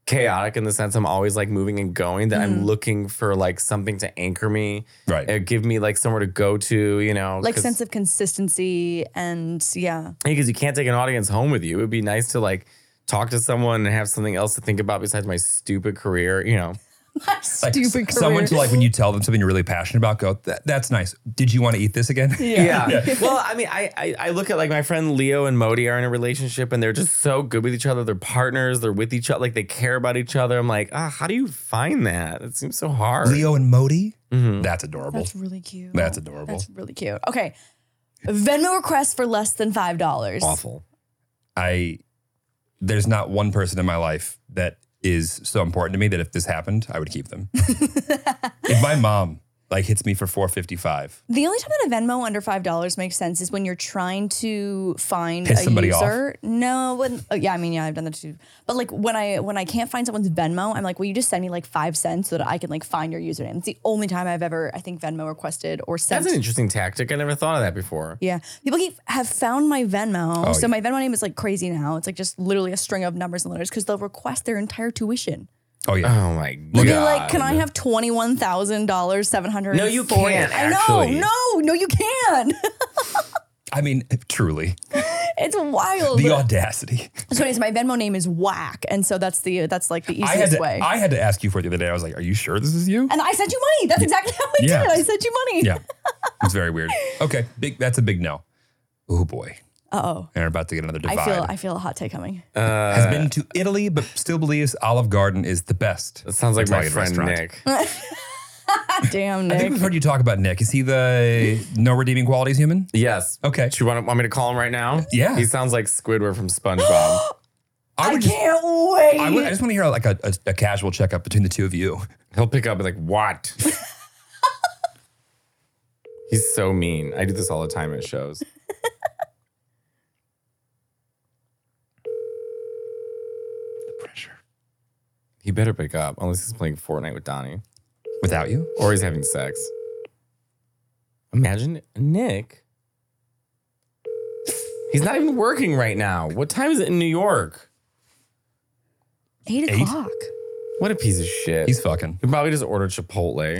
chaotic in the sense I'm always like moving and going that Mm-hmm. I'm looking for like something to anchor me. Right. uh, give me like somewhere to go to, you know. like 'cause- sense of consistency and yeah because you can't take an audience home with you. It would be nice to like talk to someone and have something else to think about besides my stupid career, you know. My Like stupid career. someone to like when you tell them something you're really passionate about, go, that, that's nice. Did you want to eat this again? Yeah. Well, I mean, I, I I look at like my friend Leo and Modi are in a relationship and they're just so good with each other. They're partners. They're with each other. Like they care about each other. I'm like, ah, how do you find that? It seems so hard. Mm-hmm. Leo and Modi? Mm. That's adorable. That's really cute. That's adorable. That's really cute. Okay. Venmo request for less than five dollars. awful. I there's not one person in my life that is so important to me that if this happened, I would keep them. if my mom like hits me for 455, The only time that a Venmo under five dollars makes sense is when you're trying to find Piss a somebody off. user. No, when oh, yeah, I mean yeah, I've done that too. But like when I when I can't find someone's Venmo, I'm like, will you just send me like five cents so that I can like find your username? It's the only time I've ever I think Venmo requested or sent. That's an interesting tactic. I never thought of that before. yeah, people keep, have found my Venmo, Oh, so my Venmo name is like crazy now. It's like just literally a string of numbers and letters because they'll request their entire tuition. oh yeah. Oh my god. They'll be like, "Can I have twenty one thousand dollars seven hundred? No, you can't, I know, actually. no, no, you can. I mean, truly, it's wild. the audacity. So anyways, my Venmo name is Whack, and so that's the that's like the I had easiest to, way. I had to ask you for it the other day. I was like, "Are you sure this is you?" and I sent you money. That's exactly how I Yeah. did. it. I sent you money. yeah. It's very weird. Okay, big that's a big no. Oh boy. Uh oh. They're about to get another divide. I feel I feel a hot take coming. Uh, Has been to Italy but still believes Olive Garden is the best. That sounds like my Italian friend restaurant. Nick. Damn, I think Nick. we've heard you talk about Nick. Is he the no redeeming qualities human? Yes. Okay. Do you want, want me to call him right now? Yeah. He sounds like Squidward from SpongeBob. I, would just- can't wait. I, would- I just want to hear like a, a, a casual checkup between the two of you. He'll pick up and like, what? He's so mean. I do this all the time at shows. The pressure. He better pick up, unless he's playing Fortnite with Donnie. Without you? Or he's having sex. Imagine Nick. He's not even working right now. What time is it in New York? Eight Eight? o'clock. What a piece of shit. He's fucking. he probably just ordered Chipotle.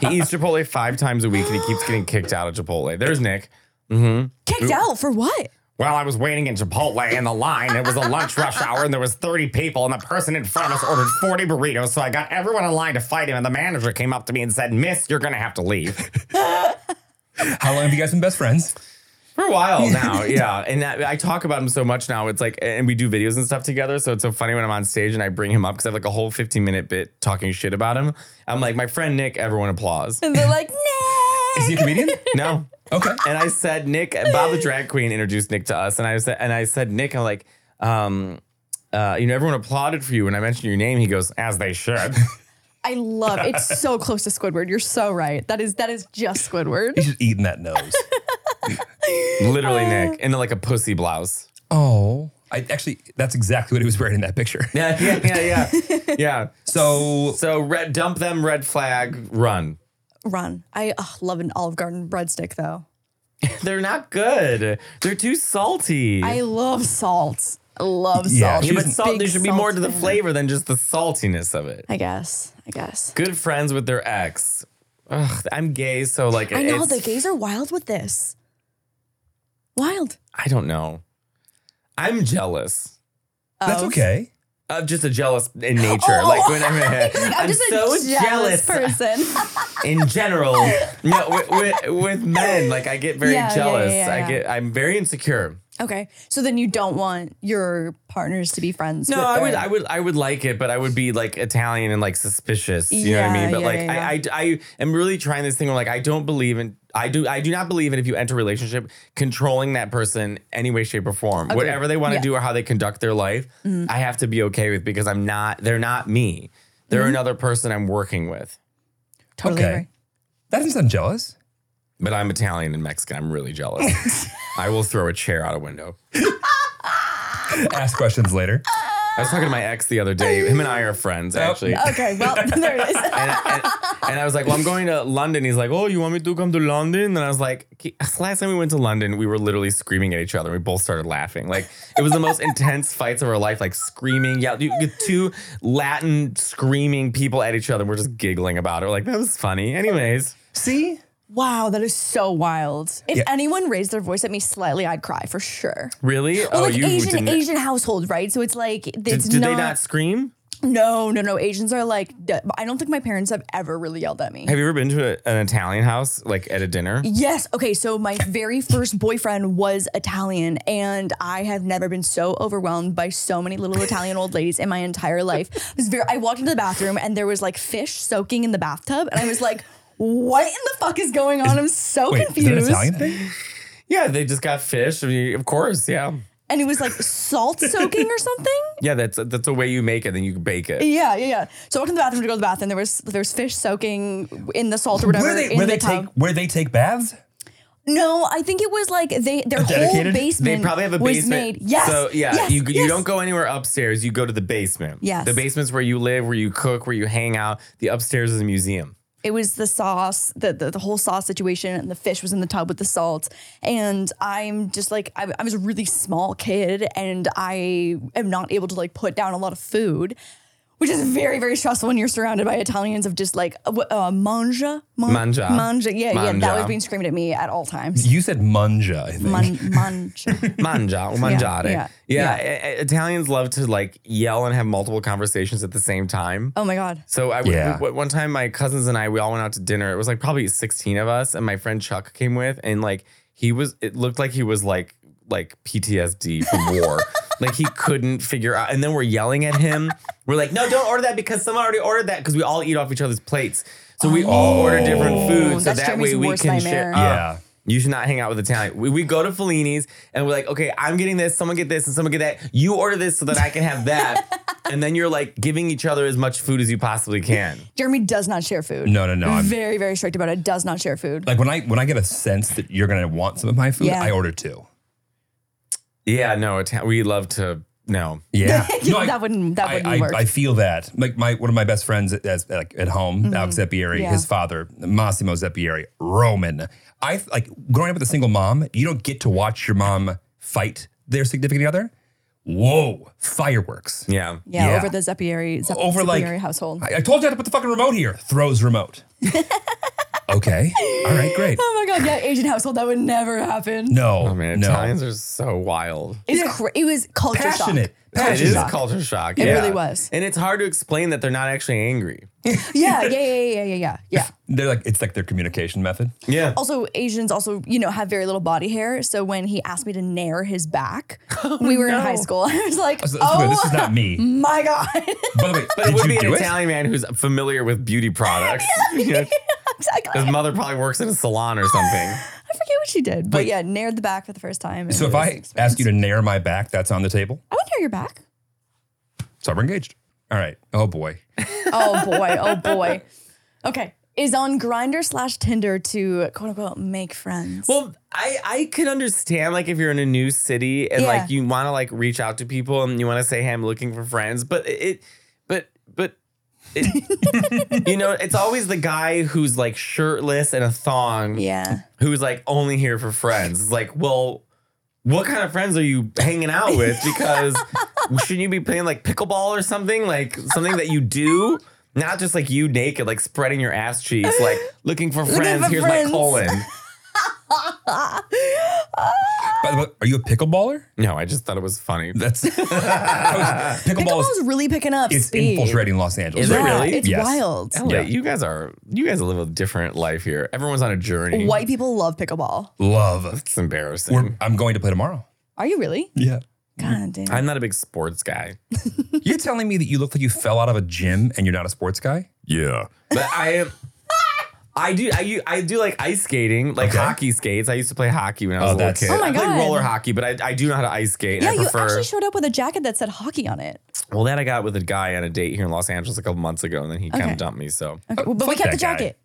he eats Chipotle five times a week and he keeps getting kicked out of Chipotle. There's Nick. Mm-hmm. Kicked out for what? Well, I was waiting in Chipotle in the line. It was a lunch rush hour, and there was 30 people, and the person in front of us ordered 40 burritos. So I got everyone in line to fight him, and the manager came up to me and said, "Miss, you're gonna have to leave." How long have you guys been best friends? For a while now, yeah. And that, I talk about him so much now. It's like, and we do videos and stuff together. So it's so funny when I'm on stage and I bring him up because I have like a whole 15 minute bit talking shit about him. I'm like, my friend Nick, everyone applauds. And they're like, Is Nick. he a comedian? No. Okay. and I said Nick Bob the drag queen introduced Nick to us, and I said and I said Nick, I'm like, um, uh, you know, everyone applauded for you when I mentioned your name. He goes, as they should. I love it's so close to Squidward. You're so right. That is that is just Squidward. He's just eating that nose. Literally, Uh. Nick, in like a pussy blouse. oh. I actually, that's exactly what he was wearing in that picture. Yeah, yeah, yeah, yeah. yeah. So So red, dump them. Red flag. Run. Run. I ugh, love an Olive Garden breadstick though. They're not good. They're too salty. I love salt. I love salt. Yeah, yeah, but she's salt. big There should be salt more to the fan. flavor than just the saltiness of it. I guess. I guess. Good friends with their ex. Ugh, I'm gay, so like I know it's- the gays are wild with this. Wild. I don't know. I'm jealous. that's Oh. okay. I'm just a jealous in nature. Oh, like when I'm, I'm, I'm, just so a jealous, jealous, person. in general. no, with, with, with men, like I get very Yeah, yeah, jealous. yeah, yeah. I get I'm very insecure. okay, so then you don't want your partners to be friends. No, with I would, their- I would, I would like it, but I would be like Italian and like suspicious. You know what I Yeah, mean? But yeah, like, yeah, I, I, I am really trying this thing where like I don't believe in. I do, I do not believe in if you enter a relationship controlling that person any way, shape, or form. Whatever they want to Yeah. Mm-hmm. do or how they conduct their life, I have to be okay with because I'm not. They're not me. They're Mm-hmm. another person I'm working with. totally okay. agree. That doesn't sound jealous. But I'm Italian and Mexican. I'm really jealous. I will throw a chair out a window. Ask questions later. I was talking to my ex the other day. Him and I are friends, actually. Okay, well there it is. And, and, and I was like, well, I'm going to London. He's like, oh, you want me to come to London? And I was like, "K- last time we went to London, we were literally screaming at each other. We both started laughing. Like, it was the most intense fights of our life, like screaming. Yeah, you get two Latin screaming people at each other. We're just giggling about it. We're like, that was funny. Anyways, See? Wow, that is so wild. If anyone raised their voice at me slightly, I'd cry for sure. really? Oh, Well, like Asian didn't- Asian household, right? So it's like it's Did, did not. they not scream? No, no, no. Asians are like, d- I don't think my parents have ever really yelled at me. Have you ever been to a, an Italian house, like at a dinner? Yes. Okay. So my very first boyfriend was Italian, and I have never been so overwhelmed by so many little Italian old ladies in my entire life. I, was very, I walked into the bathroom, and there was like fish soaking in the bathtub, and I was like, "What in the fuck is going on?" I'm so Wait, is confused. that an Italian thing? Yeah, they just got fish. I mean, of course, yeah, And it was like salt soaking or something. yeah. That's that's the way you make it, then you bake it. Yeah, yeah, yeah. So I walked in the bathroom to go to the bath, and there was there was fish soaking in the salt or whatever Where they in where the they tub. take where they take baths? No, I think it was like they their whole Dedicated? basement. They probably have a was basement. made. Yes. So yeah, yes, you you yes. don't go anywhere upstairs. You go to the basement. Yes. The basement's where you live, where you cook, where you hang out. The upstairs is a museum. It was the sauce, the, the the whole sauce situation, and the fish was in the tub with the salt. And I'm just like I, I was a really small kid, and I am not able to like put down a lot of food. Which is very, very stressful when you're surrounded by Italians of just like uh, wh- uh, manja, man- Mangia. manja, yeah, yeah. That Mangia. was being screamed at me at all times. You said manja, I think. Man, manja. Mangia, mangiare. Yeah, yeah, I- I- Italians love to like yell and have multiple conversations at the same time. Oh my god. So I Yeah. w- one time my cousins and I we all went out to dinner. It was like probably 16 of us and my friend Chuck came with and like he was it looked like he was like like PTSD from war. like he couldn't figure out and then we're yelling at him. We're like, "No, don't order that because someone already ordered that because we all eat off each other's plates." So we all order different foods so Oh, That's that Jeremy's way we worst can share. nightmare. up. Yeah. You should not hang out with Italian. We, we go to Fellini's and we're like, okay, I'm getting this, someone get this, and someone get that. You order this so that I can have that. and then you're like giving each other as much food as you possibly can. Jeremy does not share food. No, no, no, I'm- very, very strict about it. Does not share food. Like when I when I get a sense that you're gonna want some of my food, Yeah. I order two. Yeah, no, Ita- we love to, no. Yeah, That wouldn't- that I- wouldn't I, work. I feel that. Like my one of my best friends as like at home, Mm-hmm. Alex Zeppieri, Yeah. his father Massimo Zeppieri, Roman. I like growing up with a single mom. You don't get to watch your mom fight their significant other. Whoa, fireworks! Yeah. yeah, yeah. over the Zeppieri, Zep- Over like Zeppieri household. I, I told you I had to put the fucking remote here. Throws remote. okay. All right. Great. oh my god, yeah, Asian household that would never happen. No. I mean, no. Italians are so wild. It's cra- it was culture Passionate. It is Passionate. culture shock. It yeah. really was. And it's hard to explain that they're not actually angry. shock. Yeah, yeah, yeah, yeah, yeah, yeah, yeah. They're like it's like their communication method. Yeah. Also, Asians also you know have very little body hair. So when he asked me to nair his back, we were in high school. I was like, So- so oh, Oh, this is not me. my god. By the way, But it did would you be an do it? Italian man who's familiar with beauty products. You know, exactly. his mother probably works in a salon or something. "Oh, I forget what she did, but Wait. yeah, naired the back for the first time. and So it if was I ask you to nair my back, that's on the table. I would nair your back. So we're engaged. All right. Oh boy. Oh boy, oh boy. Okay. Is on Grinder slash Tinder to quote unquote make friends. Well, I I can understand like if you're in a new city and Yeah. like you want to like reach out to people and you want to say hey I'm looking for friends, but it but but it, you know it's always the guy who's like shirtless and a thong yeah. who's like only here for friends. It's like well. What kind of friends are you hanging out with? Because shouldn't you be playing like pickleball or something? Like something that you do, not just like you naked, like spreading your ass cheeks, like looking for friends. for Here's my friends. colon. By the way, are you a pickleballer? No, I just thought it was funny. That's I was- pickleball. Pickleball's Is, really picking up it's speed. infiltrating Los Angeles. Is it Yeah, really? It's Yes. wild. LA, you guys are you guys live a different life here. Everyone's on a journey. White people love pickleball. Love. It's embarrassing. We're, I'm going to play tomorrow. Are you really? Yeah. God damn. I'm not a big sports guy, You're telling me that you look like you fell out of a gym and you're not a sports guy? Yeah. but I am. I do. I u- I do like ice skating, like Okay. hockey skates. I used to play hockey when I was a Oh, little that's- kid. Oh my I played God. roller hockey, but I, I do know how to ice skate. yeah, and I you prefer. actually showed up with a jacket that said hockey on it. well, that I got with a guy on a date here in Los Angeles a couple months ago, and then he kind Okay. of dumped me. So Okay. well, but we fuck kept the that guy. jacket.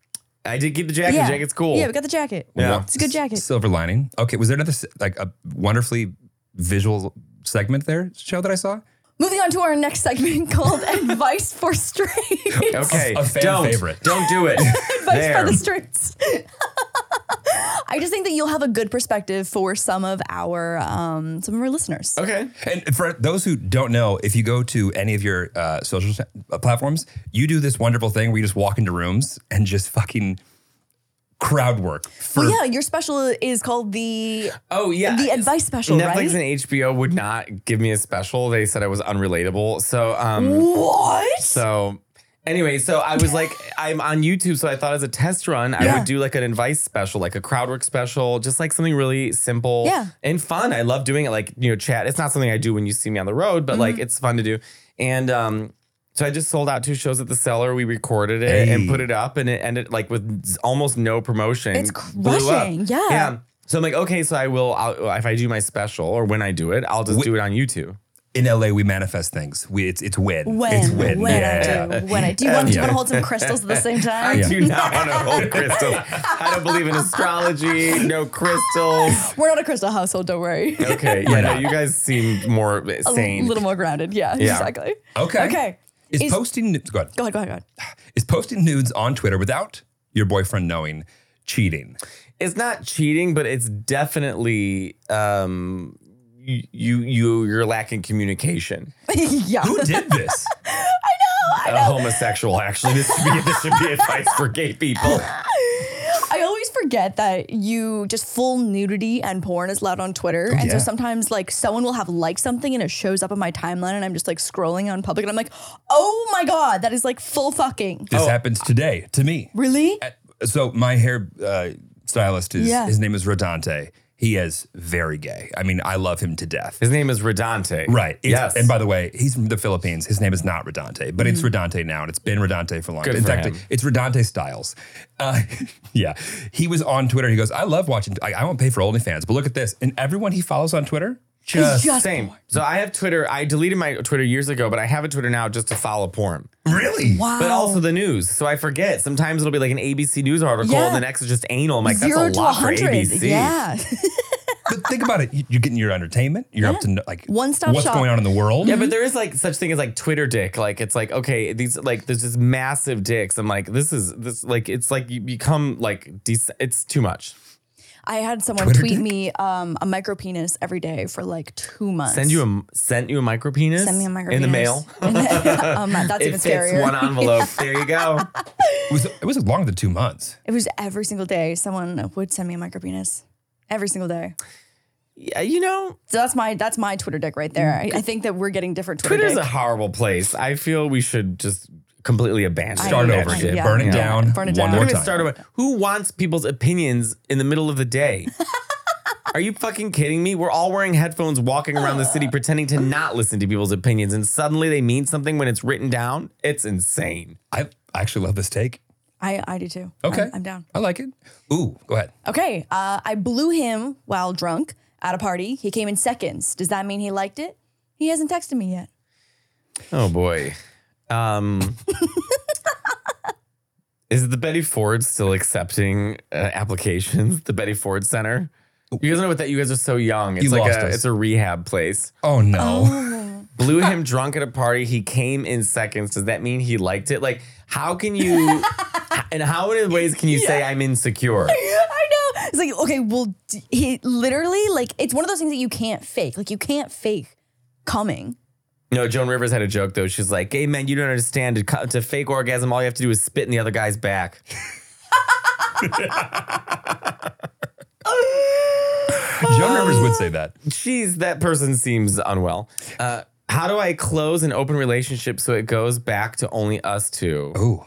I did keep the jacket. Yeah. Jacket's cool. Yeah, we got the jacket. Yeah. It's a good jacket. Silver lining. Okay. Was there another s- like a wonderfully visual segment there show that I saw? Moving on to our next segment called Advice for Straights. okay. A- a fan don't favorite. don't do it. advice there. for the streets. I just think that you'll have a good perspective for some of our um, some of our listeners. okay. And for those who don't know, if you go to any of your uh, social s- platforms, you do this wonderful thing where you just walk into rooms and just fucking crowd work for Well, yeah, your special is called the Oh yeah, the advice special, Netflix right? and HBO would not give me a special. They said I was unrelatable. So um what? so anyway, so I was like I'm on YouTube, so I thought as a test run, I Yeah. would do like an advice special, like a crowd work special, just like something really simple Yeah. and fun. I love doing it like, you know, chat. It's not something I do when you see me on the road, but Mm-hmm. like it's fun to do. And um so I just sold out two shows at the cellar. We recorded it and Hey. put it up and it ended like with z- almost no promotion. It's Blew up. crushing, yeah. Yeah. So I'm like, okay, so I will, I'll, if I do my special or when I do it, I'll just Wh- do it on YouTube. in LA. We manifest things. We, it's it's win. When, It's win. when yeah. I do, when I do. You want, do you Yeah. want to hold some crystals at the same I time? do not want to hold crystals. I don't believe in astrology, no crystals. We're not a crystal household, don't worry. Okay, yeah, no, you guys seem more a sane. little more grounded. Yeah, exactly. Okay. Okay. Is, Is- posting nu- go ahead. Go ahead, go ahead, go ahead. Is posting nudes on Twitter without your boyfriend knowing cheating? It's not cheating, but it's definitely um, you, you, you- you're lacking communication. yeah. Who did this? A homosexual, actually. This should be, this should be advice for gay people. I always forget that you just full nudity and porn is allowed on Twitter. Oh, and so yeah. sometimes like someone will have liked something and it shows up on my timeline and I'm just like scrolling on public and I'm like, oh my God, that is like full fucking. This happens today to me. Really? So my hair uh, stylist is Yeah. his name is Rodante. He is very gay. I mean, I love him to death. His name is Redante. Right. It's- Yes. And by the way, he's from the Philippines. His name is not Redante, but it's Redante now, and it's been Redante for a long Good time. In for fact, him. it's Redante Styles. Uh, yeah. He was on Twitter. He goes, I love watching, I, I won't pay for OnlyFans, but look at this. And everyone he follows on Twitter, just, Just- Same. So I have Twitter. I deleted my Twitter years ago, but I have a Twitter now just to follow porn. really? Wow. But also the news. So I forget. Sometimes it'll be like an ABC News article, Yeah. and the next is just anal. I'm like, that's Zero a to lot for 100. ABC. Yeah. But think about it. You- You're getting your entertainment. You're up to kn- like One-stop what's shop. going on in the world. Mm-hmm. Yeah, but there is like such thing as like Twitter dick. Like it's like okay, these like there's just massive dicks. I'm like this is this like it's like you become like de- it's too much. I had someone Twitter tweet dick? me um, a micro penis every day for like two months. Send you a sent you a micro penis. Send me a micro in the penis. mail. um, that's it even fits scarier. one envelope. there you go. it was it was longer than two months. It was every single day someone would send me a micro penis. Every single day. Yeah, you know, So that's my that's my Twitter deck right there. I, I think that we're getting different Twitter Twitter's a dick. horrible place. I feel we should just completely abandon. Start that over shit. again. yeah. Burn it Yeah. down. Burn it one down. more We're We're time. gonna start over. Who wants people's opinions in the middle of the day? Are you fucking kidding me? We're all wearing headphones, walking around the city, pretending to not listen to people's opinions, and suddenly they mean something when it's written down. It's insane. I I actually love this take. I, I do too. Okay. I'm, I'm down. I like it. Ooh, go ahead. Okay. Uh, I blew him while drunk at a party. He came in seconds. Does that mean he liked it? He hasn't texted me yet. Oh boy. Um, is the Betty Ford still accepting uh, applications? The Betty Ford Center. You guys know what that? You guys are so young. It's You like lost a, us. it's a rehab place. Oh no. blew him drunk at a party. He came in seconds. Does that mean he liked it? Like, how can you? and how many ways can you say I'm insecure? I know. It's like, okay, well, d- he literally, like, it's one of those things that you can't fake. Like, you can't fake coming. No, Joan Rivers had a joke though. She's like, "Hey man, you don't understand. To, co- to fake orgasm, all you have to do is spit in the other guy's back." Joan Rivers would say that. Jeez, that person seems unwell. Uh, how do I close an open relationship so it goes back to only us two? Ooh.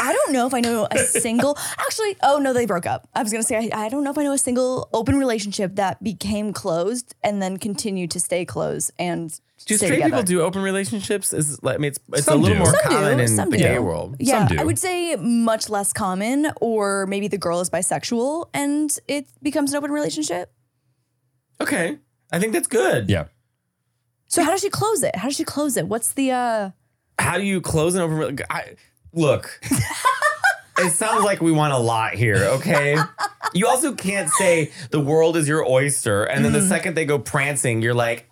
I don't know if I know a single, actually, oh no, they broke up. I was going to say, I, I don't know if I know a single open relationship that became closed and then continued to stay closed and Do stay straight together. people do open relationships? Is like, I mean, it's, it's a Some little do. more Some do, common in some the do. gay world. Yeah, Some do. I would say much less common, or maybe the girl is bisexual and it becomes an open relationship. Okay, I think that's good. Yeah. So how does she close it? How does she close it? What's the uh how do you close an open? I, look, it sounds like we want a lot here. Okay, you also can't say the world is your oyster, and then the second they go prancing, you're like,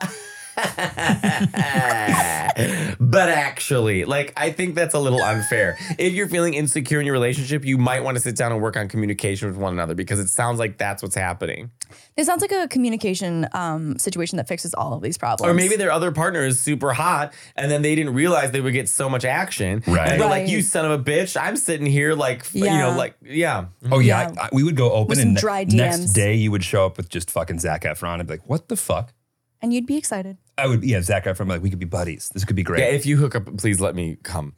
but actually, like, I think that's a little unfair. If you're feeling insecure in your relationship, you might want to sit down and work on communication with one another because it sounds like that's what's happening. It sounds like a communication um, situation that fixes all of these problems. Or maybe their other partner is super hot and then they didn't realize they would get so much action. Right. And they're like, Right. you son of a bitch, I'm sitting here like, f- you know, Yeah. like, yeah. Oh yeah, I, I- we would go open With and some ne- dry next DMs. day you would show up with just fucking Zach Efron and be like, "What the fuck?" and you'd be excited. I would yeah, Zach Efron like we could be buddies. This could be great. Yeah, if you hook up, please let me come.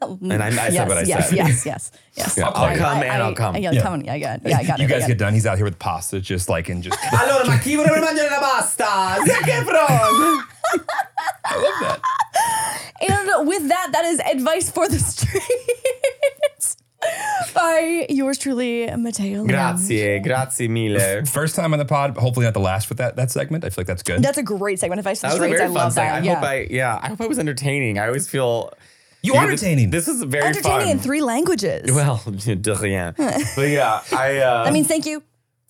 And I- I said yes, what I yes, said. Yes, yes, yes, Yeah, I'll I- come I- and I'll I- come. I, yeah, Yeah. come on, yeah, I got, yeah, I got it. you I guys got get it. done. He's out here with pasta, just like and just. I Allora, ma chi vorrebbe mangiare la pasta? Zac Efron! love that. And with that, that is advice for the streets by yours truly, Matteo. Leone. Grazie, grazie mille. First time on the pod, hopefully not the last with that that segment. I feel like that's good. That's a great segment. Advice for That the was a streets. I very fun love thing. that. I yeah. hope I, yeah, I hope I was entertaining. I always feel you are this- entertaining. This is very Entertaining fun. in three languages. Well, de rien. but yeah, I. Uh, that means thank you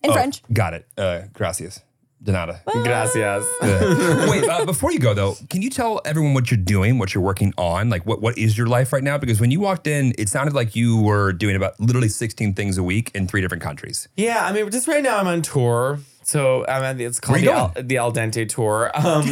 in Oh, French. Got it. Uh, gracias, Donata. gracias. Uh, Wait, uh, before you go though, can you tell everyone what you're doing, what you're working on, like what what is your life right now? Because when you walked in, it sounded like you were doing about literally 16 things a week in three different countries. Yeah, I mean, just right now I'm on tour. So I'm at the, it's called Where the you Al, the Al Dente Tour. Um,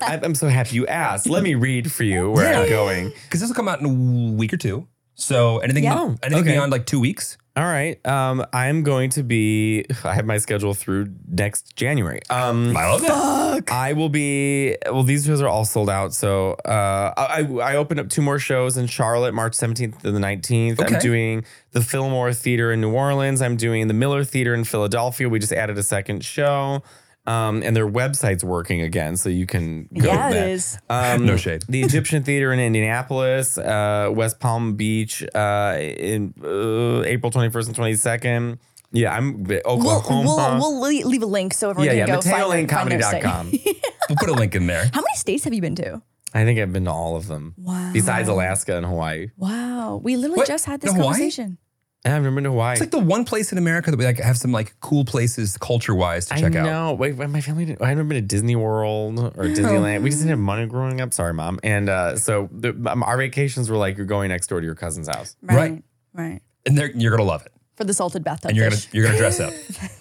I, I'm so happy you asked. Let me read for you where I'm going. Because this will come out in a week or two. So anything, Yeah. oh, anything okay. beyond like two weeks. All right. Um, I'm going to be, I have my schedule through next January. Um, I love that. I will be. Well, these shows are all sold out. So uh, I I opened up two more shows in Charlotte, March seventeenth to the nineteenth. Okay. I'm doing the Fillmore Theater in New Orleans. I'm doing the Miller Theater in Philadelphia. We just added a second show, um, and their website's working again, so you can go yeah, there. it is. Um, No shade. The Egyptian Theater in Indianapolis, uh, West Palm Beach, uh, in uh, April twenty first and twenty second. Yeah, I'm We'll, Oklahoma. we'll, we'll le- leave a link so everyone yeah, yeah, can go find, their- find their site. MatteoLaneComedy.com. We'll put a link in there. How many states have you been to? I think I've been to all of them. Wow. Besides Alaska and Hawaii. Wow. We literally What? just had this No, why? conversation. I have never been to Hawaii. It's like the one place in America that we like have some like cool places culture wise to check I out. know. Wait, wait, my family didn't. I haven't been to Disney World or Disneyland. We just didn't have money growing up. Sorry, mom. And uh, so the, um, our vacations were like you're going next door to your cousin's house. Right. Right. And they're, you're gonna love it. For the salted bathtub And you're gonna fish. you're gonna dress up.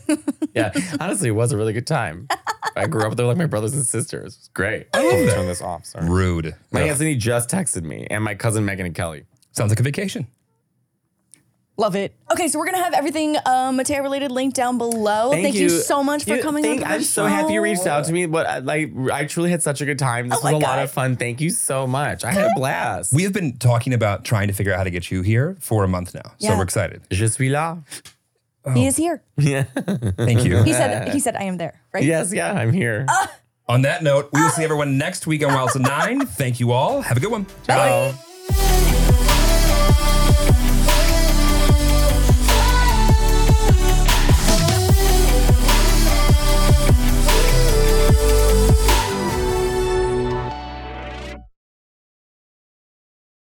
Yeah, honestly, it was a really good time. I grew up there like my brothers and sisters. It was great. Oh. I love turn this off. Sorry. Rude. My Ugh. aunt Anthony just texted me and my cousin Megan and Kelly. Sounds like a vacation. Love it. Okay, so we're gonna have everything uh, Mateo related linked down below. Thank, you. so much for You- coming. thank- on the I'm so happy you reached out to me. But I, like, I truly had such a good time. This was Oh my a lot God. of fun. Thank you so much. I had a blast. We have been talking about trying to figure out how to get you here for a month now. So Yeah. we're excited. Je suis là. He is here. Yeah. Thank you. He said. He said, "I am there." Right. yes, Oh, yeah, I'm here. Ah. On that note, we will see everyone next week on Wild to Nine. Thank you all. Have a good one. Ciao.